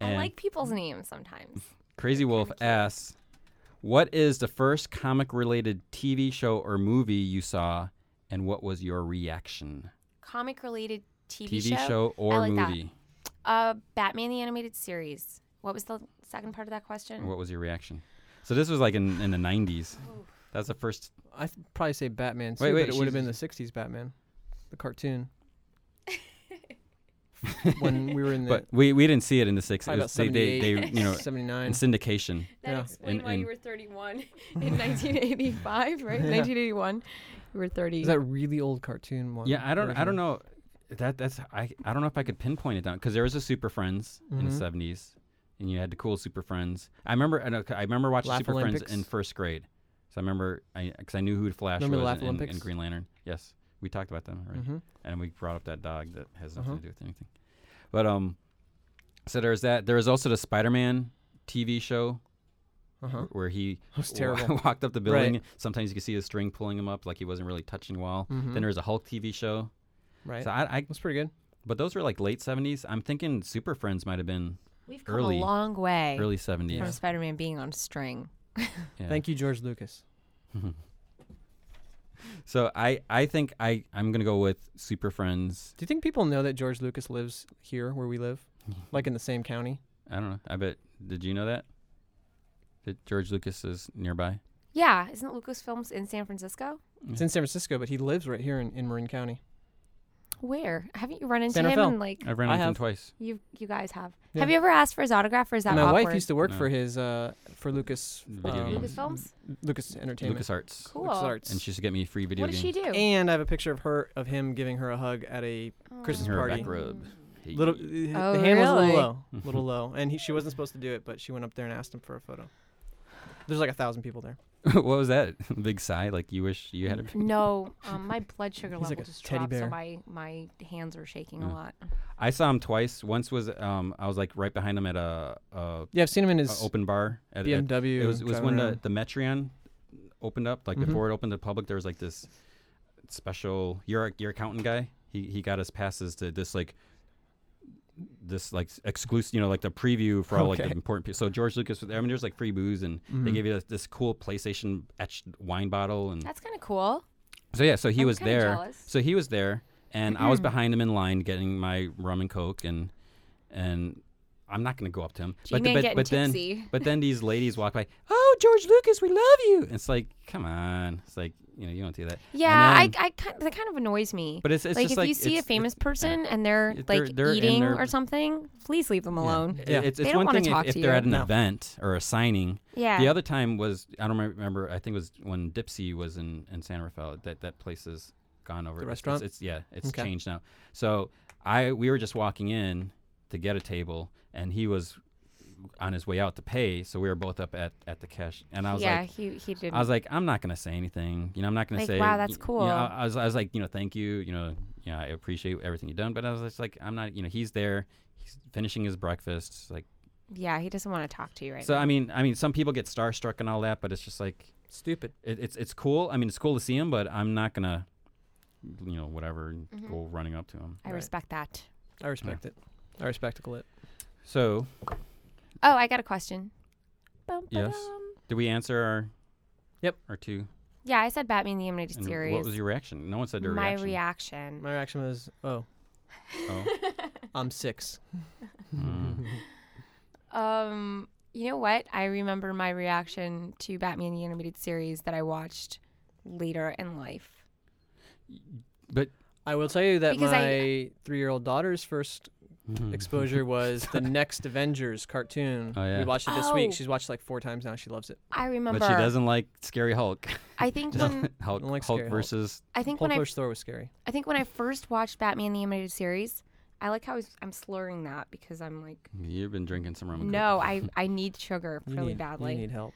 Speaker 2: I like people's names sometimes.
Speaker 1: Crazy Wolf
Speaker 2: cute.
Speaker 1: asks, "What is the first comic-related TV show or movie you saw, and what was your reaction?
Speaker 2: Comic related TV,
Speaker 1: TV show, or
Speaker 2: I like that.
Speaker 1: movie?
Speaker 2: Uh, Batman the Animated Series. What was the second part of that question?
Speaker 1: What was your reaction?" So this was like in, in the 90s. That's the
Speaker 3: [laughs]
Speaker 1: first. [laughs]
Speaker 3: I th- probably say Batman. Too,
Speaker 1: Wait, wait,
Speaker 3: but it would have
Speaker 1: she's-
Speaker 3: been the '60s Batman, the cartoon.
Speaker 1: [laughs]
Speaker 3: when we were in the
Speaker 1: But we, we didn't see it in the 60s. It
Speaker 3: Probably
Speaker 1: was- they,
Speaker 3: about
Speaker 1: they, they,
Speaker 3: 78.
Speaker 1: you
Speaker 3: [laughs]
Speaker 1: know, in
Speaker 3: 79.
Speaker 1: syndication.
Speaker 2: That
Speaker 3: Yeah.
Speaker 2: explained
Speaker 1: And-
Speaker 2: why
Speaker 1: and-
Speaker 2: you were 31 [laughs] in 1985,
Speaker 1: [laughs]
Speaker 2: right?
Speaker 3: Yeah.
Speaker 2: 1981, you were 30.
Speaker 3: Is that really old cartoon one?
Speaker 1: Yeah, I don't I don't know that that's I I don't know if I could pinpoint it down because there was a Super Friends in the
Speaker 3: Mhm.
Speaker 1: seventies, and you had the cool Super Friends. I remember I, know- I remember watching
Speaker 3: Laugh
Speaker 1: Super
Speaker 3: Olympics?
Speaker 1: Friends in first grade, so I remember I because I knew who Flash
Speaker 3: Remember the
Speaker 1: was
Speaker 3: Laugh
Speaker 1: and- and, and
Speaker 3: Olympics?
Speaker 1: Green Lantern. Yes, we talked about them already,
Speaker 3: Mm-hmm.
Speaker 1: and we brought up that dog that has nothing
Speaker 3: Uh-huh.
Speaker 1: to do with anything. But um, so there's that. There was also the Spider Man TV show
Speaker 3: Uh huh.
Speaker 1: where he
Speaker 3: That
Speaker 1: [laughs]
Speaker 3: was terrible.
Speaker 1: walked up the building. Sometimes you could see the string pulling him up, like he wasn't really touching the wall.
Speaker 3: Mhm.
Speaker 1: Then there was a Hulk TV show.
Speaker 3: Right.
Speaker 1: So I, I
Speaker 3: That's pretty good.
Speaker 1: but those were like late seventies. I'm thinking Super Friends might have been
Speaker 2: We've come
Speaker 1: early-
Speaker 2: a long way
Speaker 1: early seventies.
Speaker 2: from Spider-Man being on string.
Speaker 3: Thank you, George Lucas.
Speaker 1: So I, I think I, I'm gonna go with Super Friends.
Speaker 3: Do you think people know that George Lucas lives here where we live?
Speaker 1: Mm-hmm.
Speaker 3: Like in the same county?
Speaker 1: I don't know. I bet. Did you know that? That George Lucas is nearby.
Speaker 2: Yeah, isn't Lucasfilms in San Francisco?
Speaker 3: It's in San Francisco, but he lives right here in, in Marin County.
Speaker 2: Where haven't you run into
Speaker 3: Santa
Speaker 2: him?
Speaker 3: Fe.
Speaker 2: And like
Speaker 1: I've ran
Speaker 3: I
Speaker 1: into him
Speaker 3: have.
Speaker 1: twice.
Speaker 2: you, you guys have.
Speaker 3: Yeah.
Speaker 2: Have you ever asked for his autograph, or is that
Speaker 3: My
Speaker 2: awkward?
Speaker 3: wife used to work
Speaker 1: No.
Speaker 3: for his uh for Lucas
Speaker 1: Video
Speaker 3: um,
Speaker 1: games.
Speaker 2: Lucasfilms?
Speaker 3: Lucas Entertainment.
Speaker 1: Lucas Arts.
Speaker 2: Cool.
Speaker 3: LucasArts.
Speaker 1: And she used to get me free video
Speaker 2: what does
Speaker 1: games.
Speaker 2: she do?
Speaker 3: And I have a picture of her of him giving her a hug at a Christmas
Speaker 1: Her
Speaker 3: party.
Speaker 1: back [laughs] rub. Hey.
Speaker 3: little the
Speaker 2: Oh,
Speaker 3: hand was a
Speaker 2: really?
Speaker 3: little
Speaker 1: [laughs]
Speaker 3: low, little low, and he, she wasn't supposed to do it, but she went up there and asked him for a photo. There's like a thousand people there.
Speaker 1: what was that? [laughs] Big sigh. Like you wish you had
Speaker 3: Mm.
Speaker 1: a.
Speaker 2: No, um, my blood sugar
Speaker 3: He's
Speaker 2: level
Speaker 3: like a
Speaker 2: just
Speaker 3: teddy
Speaker 2: dropped, so
Speaker 3: bear.
Speaker 2: my my hands are shaking a
Speaker 1: Yeah.
Speaker 2: lot.
Speaker 1: I saw him twice. Once was um I was like right behind him at a, a,
Speaker 3: Yeah, I've seen him in
Speaker 1: a
Speaker 3: his
Speaker 1: open bar at, at Uh,
Speaker 3: BMW.
Speaker 1: oh, it was, it was
Speaker 3: driving
Speaker 1: when uh, the,
Speaker 3: around.
Speaker 1: the Metreon opened up, like
Speaker 3: Mhm.
Speaker 1: before it opened to the public, there was like this special your your accountant guy. He he got us passes to this like this like exclusive, you know, like the preview for all like the
Speaker 3: Okay.
Speaker 1: important people. So George Lucas was there. I mean, there's like free booze, and they
Speaker 3: Mhm.
Speaker 1: gave you this, this cool PlayStation etched wine bottle, and
Speaker 2: That's kind of cool.
Speaker 1: so yeah, so he
Speaker 2: I'm
Speaker 1: was
Speaker 2: kinda
Speaker 1: there.
Speaker 2: jealous.
Speaker 1: So he was there, and I was
Speaker 3: Mm-hmm.
Speaker 1: behind him in line getting my rum and coke, and and I'm not gonna go up to him.
Speaker 2: G-Man
Speaker 1: th-
Speaker 2: getting
Speaker 1: but
Speaker 2: tipsy.
Speaker 1: then but then these ladies walk by. Oh, George Lucas, we love you. And it's like, come on. It's like you know you don't do that.
Speaker 2: Yeah, I,
Speaker 1: then-
Speaker 2: I, kind that kind of annoys me.
Speaker 1: But it's it's
Speaker 2: like
Speaker 1: just
Speaker 2: if
Speaker 1: like
Speaker 2: you see a
Speaker 1: it's-
Speaker 2: famous person and they're
Speaker 1: If
Speaker 2: like
Speaker 1: they're- they're in
Speaker 2: eating
Speaker 1: their-
Speaker 2: or something, please leave them
Speaker 1: yeah.
Speaker 2: alone.
Speaker 1: It-
Speaker 3: Yeah.
Speaker 1: It's,
Speaker 2: They
Speaker 1: it's
Speaker 2: don't
Speaker 1: one
Speaker 2: wanna
Speaker 1: thing
Speaker 2: talk
Speaker 1: if, if
Speaker 2: to
Speaker 1: they're
Speaker 2: you.
Speaker 1: at an
Speaker 3: No.
Speaker 1: event or a signing.
Speaker 2: Yeah.
Speaker 1: The other time was I don't rem- remember. I think it was when Dipsy was in in San Rafael. That that place has gone over.
Speaker 3: The
Speaker 1: It's-
Speaker 3: restaurant?
Speaker 1: It's, it's- yeah, it's
Speaker 3: Okay.
Speaker 1: changed now. So I we were just walking in to get a table, and he was on his way out to pay. So we were both up at at the cash, and I was
Speaker 2: yeah,
Speaker 1: like.
Speaker 2: he he didn't.
Speaker 1: I was like, I'm not gonna say anything. You know, I'm not gonna
Speaker 2: Like,
Speaker 1: say.
Speaker 2: wow, that's
Speaker 1: y- you know,
Speaker 2: cool.
Speaker 1: I, I was, I was like, you know, thank you. You know, you know, I appreciate everything you've done. But I was just like, I'm not. You know, he's there. He's finishing his breakfast. Like,
Speaker 2: yeah, he doesn't want to talk to you right
Speaker 1: so
Speaker 2: now.
Speaker 1: I mean, I mean, some people get starstruck and all that, but it's just like,
Speaker 3: Stupid.
Speaker 1: it, it's it's cool. I mean, it's cool to see him, but I'm not gonna, you know, whatever,
Speaker 2: Mhm.
Speaker 1: go running up to him.
Speaker 2: I
Speaker 3: Right.
Speaker 2: respect that.
Speaker 3: I respect it. I respectacle it.
Speaker 1: So,
Speaker 2: Oh, I got a question. Bum,
Speaker 1: Yes.
Speaker 2: ba-dum.
Speaker 1: did we answer our?
Speaker 3: Yep.
Speaker 1: Our two.
Speaker 2: Yeah, I said Batman the Animated
Speaker 1: And
Speaker 2: Series.
Speaker 1: what was your reaction? No one said their
Speaker 2: My
Speaker 1: reaction.
Speaker 2: reaction.
Speaker 3: My reaction was,
Speaker 1: [laughs]
Speaker 3: oh,
Speaker 2: [laughs]
Speaker 1: Oh.
Speaker 3: I'm six. [laughs]
Speaker 1: Mm.
Speaker 2: Um, you know what? I remember my reaction to Batman the Animated Series that I watched later in life.
Speaker 1: But
Speaker 3: I will tell you that
Speaker 2: Because I-
Speaker 3: my three-year-old daughter's first
Speaker 1: [laughs] Mm.
Speaker 3: exposure was the next Avengers cartoon.
Speaker 1: Oh, yeah.
Speaker 3: We watched it this week.
Speaker 2: Oh.
Speaker 3: She's watched it like four times now. She loves it.
Speaker 2: I remember.
Speaker 1: But she doesn't like Scary Hulk. [laughs]
Speaker 2: I think when
Speaker 1: Hulk,
Speaker 3: Don't like
Speaker 1: Hulk
Speaker 3: Scary Hulk.
Speaker 1: versus
Speaker 2: I think
Speaker 3: Hulk
Speaker 2: when I
Speaker 3: vs. Thor was scary.
Speaker 2: I think when I first watched Batman the Animated Series, I like how I was- I'm slurring that because I'm like,
Speaker 1: You've been drinking some rum. and
Speaker 2: no,
Speaker 1: coke.
Speaker 2: I I need sugar
Speaker 3: You
Speaker 2: really
Speaker 3: need,
Speaker 2: badly.
Speaker 3: You need help.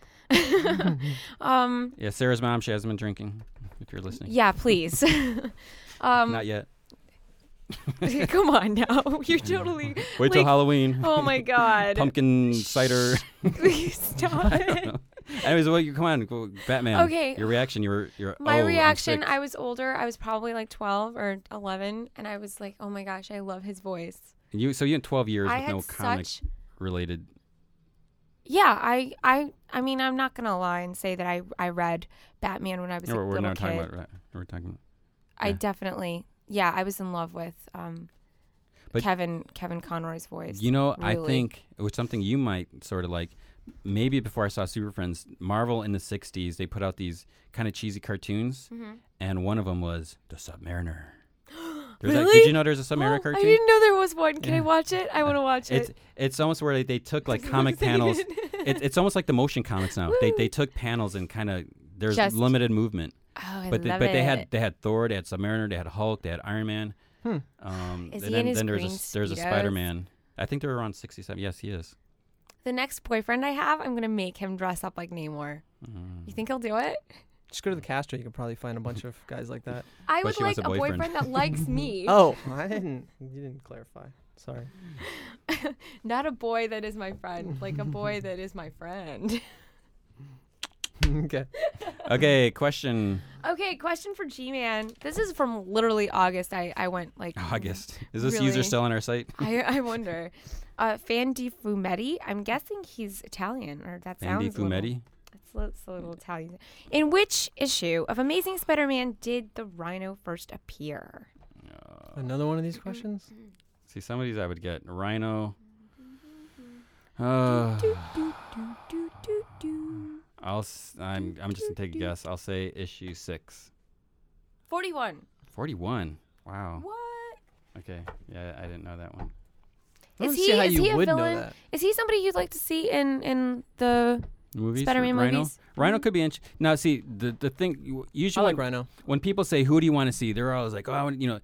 Speaker 2: um,
Speaker 1: Yeah, Sarah's mom. She hasn't been drinking. If you're listening.
Speaker 2: yeah, please. [laughs] um,
Speaker 1: Not yet.
Speaker 2: [laughs] come on now, [laughs] you're totally.
Speaker 1: Wait till
Speaker 2: like-
Speaker 1: Halloween.
Speaker 2: Oh my god.
Speaker 1: Pumpkin cider.
Speaker 2: [laughs] Please stop it.
Speaker 1: [laughs] Anyways, well, you come on, go- Batman.
Speaker 2: Okay.
Speaker 1: Your reaction. You were. You're,
Speaker 2: My
Speaker 1: oh, I'm
Speaker 2: reaction,
Speaker 1: sick.
Speaker 2: I was older. I was probably like 12 or 11 and I was like, "Oh my gosh, I love his voice."
Speaker 1: You so you had 12 years
Speaker 2: I
Speaker 1: with
Speaker 2: had
Speaker 1: no comic
Speaker 2: such
Speaker 1: related.
Speaker 2: Yeah, I I I mean, I'm not going to lie and say that I I read Batman when I was a
Speaker 1: No, we're
Speaker 2: little
Speaker 1: not
Speaker 2: kid.
Speaker 1: talking about. Right, we're talking.
Speaker 2: I
Speaker 1: yeah.
Speaker 2: definitely Yeah, I was in love with um
Speaker 1: But-
Speaker 2: Kevin Kevin Conroy's voice.
Speaker 1: You know, I
Speaker 2: really-
Speaker 1: think it was something you might sort of like. Maybe before I saw Super Friends, Marvel in the 60s, they put out these kind of cheesy cartoons,
Speaker 2: Mhm.
Speaker 1: and one of them was The
Speaker 2: [gasps]
Speaker 1: Submariner. There's like, did
Speaker 2: Really?
Speaker 1: you know there's a Submariner
Speaker 2: Oh, [gasps] I
Speaker 1: cartoon?
Speaker 2: didn't know there was one. Can I
Speaker 1: Yeah.
Speaker 2: watch it? I want to watch
Speaker 1: It's
Speaker 2: it.
Speaker 1: it's almost where they took
Speaker 2: [laughs]
Speaker 1: like comic panels. It, [laughs] it's almost like the motion comics now. They,
Speaker 2: Woo. [laughs]
Speaker 1: they took panels and kind of there's
Speaker 2: Just-
Speaker 1: limited movement.
Speaker 2: oh, I
Speaker 1: but they,
Speaker 2: love
Speaker 1: but they
Speaker 2: it.
Speaker 1: had they had Thor, they had Submariner, they had Hulk, they had Iron Man.
Speaker 3: Hmm.
Speaker 1: Um,
Speaker 2: Is
Speaker 1: and
Speaker 2: he
Speaker 1: then,
Speaker 2: in his
Speaker 1: then there's
Speaker 2: green
Speaker 1: a, there's a
Speaker 2: Speedos?
Speaker 1: Spider Man. I think they're around sixty seven. Yes, he is.
Speaker 2: The next boyfriend I have, I'm gonna make him dress up like Namor.
Speaker 1: Mm.
Speaker 2: You think he'll do it?
Speaker 3: Just go to the castro. You can probably find a bunch of guys like that.
Speaker 2: I
Speaker 1: But
Speaker 2: would
Speaker 1: she
Speaker 2: like
Speaker 1: wants
Speaker 2: a
Speaker 1: a
Speaker 2: boyfriend.
Speaker 1: boyfriend.
Speaker 2: that likes
Speaker 3: [laughs]
Speaker 2: me, [laughs]
Speaker 3: Oh, I didn't. You didn't clarify. Sorry. [laughs]
Speaker 2: not a boy that is my friend. Like a boy that is my friend.
Speaker 3: okay.
Speaker 1: Okay, question [laughs]
Speaker 2: okay, question for G Man. This is from literally August. I I went like
Speaker 1: August. Is this
Speaker 2: Really?
Speaker 1: user still on our site?
Speaker 2: [laughs] I I wonder. Uh, Fan di Fumetti. I'm guessing he's Italian, or that
Speaker 1: Andy
Speaker 2: sounds. a little-
Speaker 1: Fumetti.
Speaker 2: It's, li- it's a little Italian. In which issue of Amazing Spider-Man did the Rhino first appear?
Speaker 1: Uh,
Speaker 3: Another one of these questions.
Speaker 2: Mm-hmm.
Speaker 1: see, some of these I would get Rhino. Uh, I'll. s- I'm. I'm just gonna take a guess. I'll say issue six.
Speaker 2: Forty-one.
Speaker 1: Forty one.
Speaker 3: Oh.
Speaker 1: Wow.
Speaker 2: What?
Speaker 1: Okay. Yeah, I didn't know that one.
Speaker 3: I don't
Speaker 2: Is
Speaker 3: see
Speaker 2: he-
Speaker 3: how
Speaker 2: is
Speaker 3: you
Speaker 2: he a
Speaker 3: would
Speaker 2: villain?
Speaker 3: know that.
Speaker 2: Is he somebody you'd like to see in in the
Speaker 1: Movies.
Speaker 2: Spider-Man
Speaker 1: Rhino.
Speaker 2: movies? Mm-hmm.
Speaker 1: Rhino could be interesting. Now, see the the thing. you-
Speaker 3: I
Speaker 1: Usually,
Speaker 3: like
Speaker 1: when,
Speaker 3: Rhino.
Speaker 1: when people say who do you want to see, they're always like, oh, I want, you know,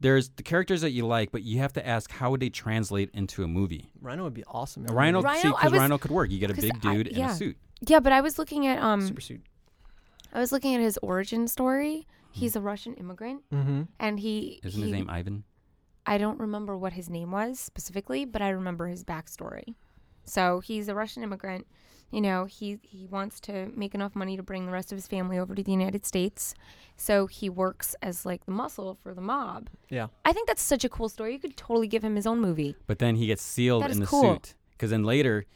Speaker 1: there's the characters that you like, but you have to ask how would they translate into a movie.
Speaker 3: Rhino would be awesome. in
Speaker 1: A
Speaker 3: a
Speaker 1: Rhino,
Speaker 3: movie.
Speaker 2: Mm-hmm. Rhino,
Speaker 1: see,
Speaker 2: I
Speaker 1: because
Speaker 2: was-
Speaker 1: Rhino could work. You get a
Speaker 2: 'cause
Speaker 1: big
Speaker 2: I-
Speaker 1: dude in
Speaker 2: yeah.
Speaker 1: a suit.
Speaker 2: Yeah, but I was looking at um
Speaker 3: super suit.
Speaker 2: I was looking at his origin story. He's a
Speaker 3: Hmm.
Speaker 2: Russian immigrant
Speaker 3: Mm-hmm.
Speaker 2: and he
Speaker 1: Isn't
Speaker 2: he-
Speaker 1: his name Ivan?
Speaker 2: I don't remember what his name was specifically, but I remember his backstory. So he's a Russian immigrant. You know, he he wants to make enough money to bring the rest of his family over to the United States. So he works as like the muscle for the mob.
Speaker 3: Yeah.
Speaker 2: I think that's such a cool story. You could totally give him his own movie.
Speaker 1: But then he gets sealed
Speaker 2: That is
Speaker 1: in the
Speaker 2: cool.
Speaker 1: suit because then later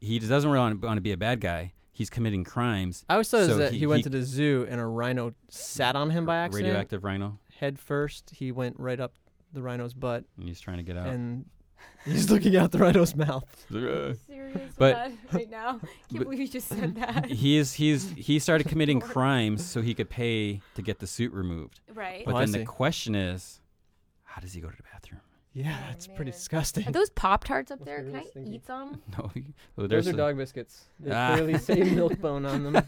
Speaker 1: he just doesn't really want to be a bad guy. He's committing crimes.
Speaker 3: I always thought it was
Speaker 1: So
Speaker 3: that he,
Speaker 1: he-
Speaker 3: went
Speaker 1: he-
Speaker 3: to the zoo and a rhino sat on him by accident.
Speaker 1: Radioactive Rhino,
Speaker 3: Head first, he went right up the rhino's butt [laughs]
Speaker 1: and he's trying to get out.
Speaker 3: and he's looking out the rhino's mouth.
Speaker 1: He's like, "Ah."
Speaker 2: It's
Speaker 1: But-
Speaker 2: bad right
Speaker 3: [laughs]
Speaker 2: now, can't
Speaker 1: but-
Speaker 2: believe you just said that.
Speaker 1: He's he's [laughs] he started committing crimes so he could pay to get the suit removed.
Speaker 2: right.
Speaker 1: But
Speaker 3: Oh, I
Speaker 1: then the
Speaker 3: see.
Speaker 1: question is, how does he go to the bathroom? [laughs]
Speaker 3: Yeah,
Speaker 2: Oh,
Speaker 3: that's
Speaker 2: man.
Speaker 3: pretty disgusting.
Speaker 2: Are those Pop Tarts up
Speaker 3: Must
Speaker 2: there?
Speaker 3: be
Speaker 2: Can
Speaker 3: real
Speaker 2: I
Speaker 3: stinky.
Speaker 2: eat some?
Speaker 1: No, he- well,
Speaker 3: Those
Speaker 1: there's
Speaker 3: are
Speaker 1: a-
Speaker 3: dog biscuits. They
Speaker 1: Ah. [laughs]
Speaker 3: clearly say milk bone on them.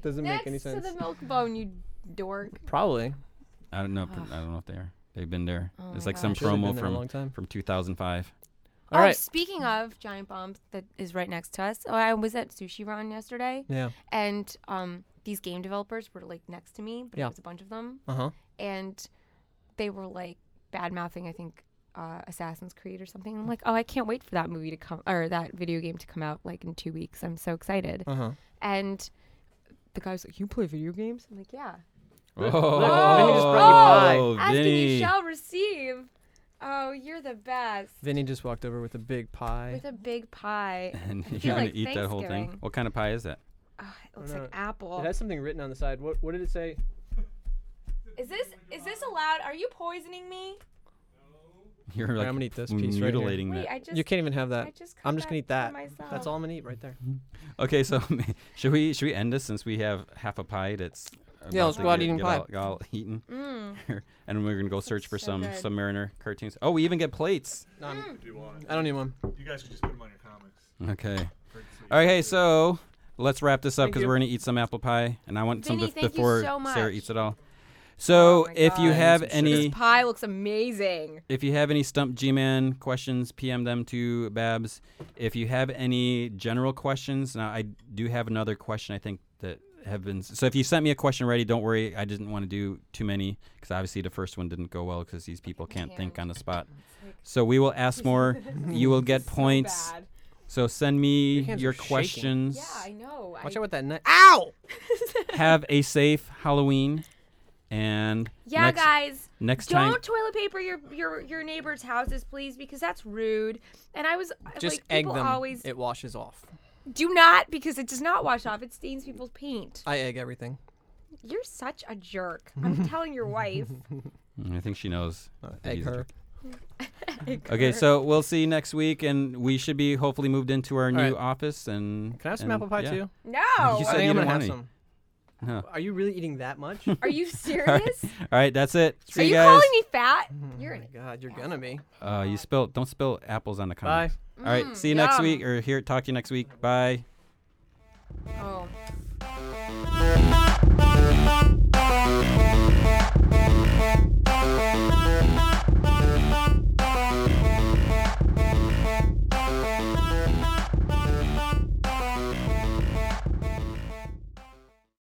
Speaker 3: Doesn't
Speaker 2: Next
Speaker 3: make any sense.
Speaker 2: to the milk bone, you dork.
Speaker 3: Probably.
Speaker 1: I don't know.
Speaker 2: [sighs]
Speaker 1: I don't know if they are. They've been there.
Speaker 2: Oh
Speaker 1: it's
Speaker 2: my
Speaker 1: like some
Speaker 2: gosh. Should've
Speaker 3: Should've
Speaker 1: promo
Speaker 3: been there a
Speaker 1: from
Speaker 3: long time.
Speaker 1: from 2005.
Speaker 3: All
Speaker 2: oh,
Speaker 3: right.
Speaker 2: speaking of giant bombs that is right next to us, oh, I was at Sushi Ron yesterday,
Speaker 3: Yeah.
Speaker 2: and um, these game developers were like next to me, but
Speaker 3: Yeah.
Speaker 2: it was a bunch of them,
Speaker 3: Uh huh.
Speaker 2: and they were like bad mouthing, I think, uh, Assassin's Creed or something. I'm like, oh, I can't wait for that movie to come or that video game to come out like in two weeks. I'm so excited.
Speaker 3: Uh huh.
Speaker 2: And the guy was like, you play video games? I'm like, yeah.
Speaker 1: [laughs] Oh,
Speaker 3: Vinny just brought you
Speaker 1: oh,
Speaker 2: Asking
Speaker 1: Vinny. [laughs]
Speaker 2: you shall receive. Oh, you're the best.
Speaker 3: Vinny just walked over with a big pie.
Speaker 2: With a big
Speaker 3: [laughs]
Speaker 2: pie.
Speaker 1: and
Speaker 2: feel
Speaker 1: you're gonna
Speaker 2: like
Speaker 1: eat that whole thing.
Speaker 2: Thanksgiving.
Speaker 1: What kind of pie is that? [laughs]
Speaker 2: Oh, it looks
Speaker 3: don't
Speaker 2: like
Speaker 3: know.
Speaker 2: apple.
Speaker 3: It has something written on the side. What What did it say?
Speaker 2: Is this is this allowed? Are you poisoning me?
Speaker 1: You're like
Speaker 3: I'm gonna eat this piece right here.
Speaker 1: mutilating
Speaker 2: Wait,
Speaker 1: that.
Speaker 2: I just
Speaker 3: You can't even have
Speaker 2: I
Speaker 3: that.
Speaker 2: just Mm.
Speaker 3: I'm
Speaker 2: cut
Speaker 3: just gonna eat
Speaker 2: for
Speaker 3: that.
Speaker 2: myself.
Speaker 3: That's all I'm gonna eat right there.
Speaker 1: Okay, so [laughs] should we should we end this since we have half a pie that's
Speaker 3: Yeah, let's
Speaker 1: about to
Speaker 3: go out
Speaker 1: get-
Speaker 3: eating
Speaker 1: get
Speaker 3: pie.
Speaker 1: all- all eaten,
Speaker 2: Mm.
Speaker 1: and we're gonna go search for
Speaker 2: so
Speaker 1: some
Speaker 2: good.
Speaker 1: some Mariner cartoons. Oh, we even get plates.
Speaker 3: No, I'm-
Speaker 4: If you want.
Speaker 3: I don't need one.
Speaker 4: You guys could just put them on your comics.
Speaker 1: Okay.
Speaker 4: Great to see
Speaker 1: All right,
Speaker 4: you.
Speaker 1: hey, so let's wrap this up
Speaker 3: Thank
Speaker 1: because
Speaker 3: you.
Speaker 1: we're gonna eat some apple pie, and I want some
Speaker 2: Vinny,
Speaker 1: bef-
Speaker 2: thank you
Speaker 1: before
Speaker 2: so much.
Speaker 1: Sarah eats it all. So
Speaker 2: Oh my
Speaker 1: if
Speaker 2: God. I
Speaker 1: you
Speaker 2: need
Speaker 1: have
Speaker 3: some sugar.
Speaker 1: any
Speaker 2: This pie looks amazing.
Speaker 1: if you have any stump g-man questions pm them to babs if you have any general questions now i do have another question i think that have been so if you sent me a question already don't worry i didn't want to do too many because obviously the first one didn't go well because these people can't think on the
Speaker 2: [laughs]
Speaker 1: spot so we will ask more you will get points
Speaker 2: Bad.
Speaker 1: so send me
Speaker 3: Your hands
Speaker 1: your
Speaker 3: are shaking.
Speaker 1: questions
Speaker 2: Yeah,
Speaker 1: [laughs]
Speaker 2: I know.
Speaker 3: Watch
Speaker 2: I,
Speaker 3: out with that nut. Ow!
Speaker 1: have a safe halloween and
Speaker 2: yeah,
Speaker 1: next,
Speaker 2: guys,
Speaker 1: next
Speaker 2: don't
Speaker 1: time
Speaker 2: toilet paper your your your neighbors' houses, please, because that's rude. And I was [laughs]
Speaker 3: Just
Speaker 2: like,
Speaker 3: egg
Speaker 2: people
Speaker 3: them.
Speaker 2: always
Speaker 3: It washes off.
Speaker 2: do not because it does not wash off. It stains people's paint.
Speaker 3: I egg everything.
Speaker 2: You're such a jerk.
Speaker 1: [laughs]
Speaker 2: I'm telling your wife.
Speaker 1: i think she knows
Speaker 3: Uh,
Speaker 1: that
Speaker 3: egg
Speaker 1: he's a jerk.
Speaker 3: her.
Speaker 1: Okay, so we'll see you next week, and we should be hopefully moved into our new
Speaker 3: right.
Speaker 1: office. And
Speaker 3: Can I have some
Speaker 1: and-
Speaker 3: apple pie
Speaker 1: yeah.
Speaker 3: too?
Speaker 1: You
Speaker 2: No.
Speaker 3: I
Speaker 1: said
Speaker 3: think
Speaker 1: you
Speaker 3: I'm
Speaker 1: didn't
Speaker 3: gonna have
Speaker 1: want
Speaker 3: some.
Speaker 1: No.
Speaker 3: Are you really eating that [laughs] much? Oh
Speaker 2: Are
Speaker 1: [laughs]
Speaker 2: you
Speaker 1: [laughs] All
Speaker 2: serious?
Speaker 1: right. All right, that's it. See
Speaker 2: Are you
Speaker 1: guys.
Speaker 2: calling me
Speaker 1: [laughs]
Speaker 2: fat? You're
Speaker 3: Oh my
Speaker 2: an
Speaker 3: God, you're gonna be.
Speaker 1: uh, you spill. Don't spill apples on the
Speaker 3: Bye.
Speaker 1: comics. All right,
Speaker 2: Mm,
Speaker 1: see you next
Speaker 2: yum.
Speaker 1: week, or here. Talk to you next week. Bye.
Speaker 2: oh.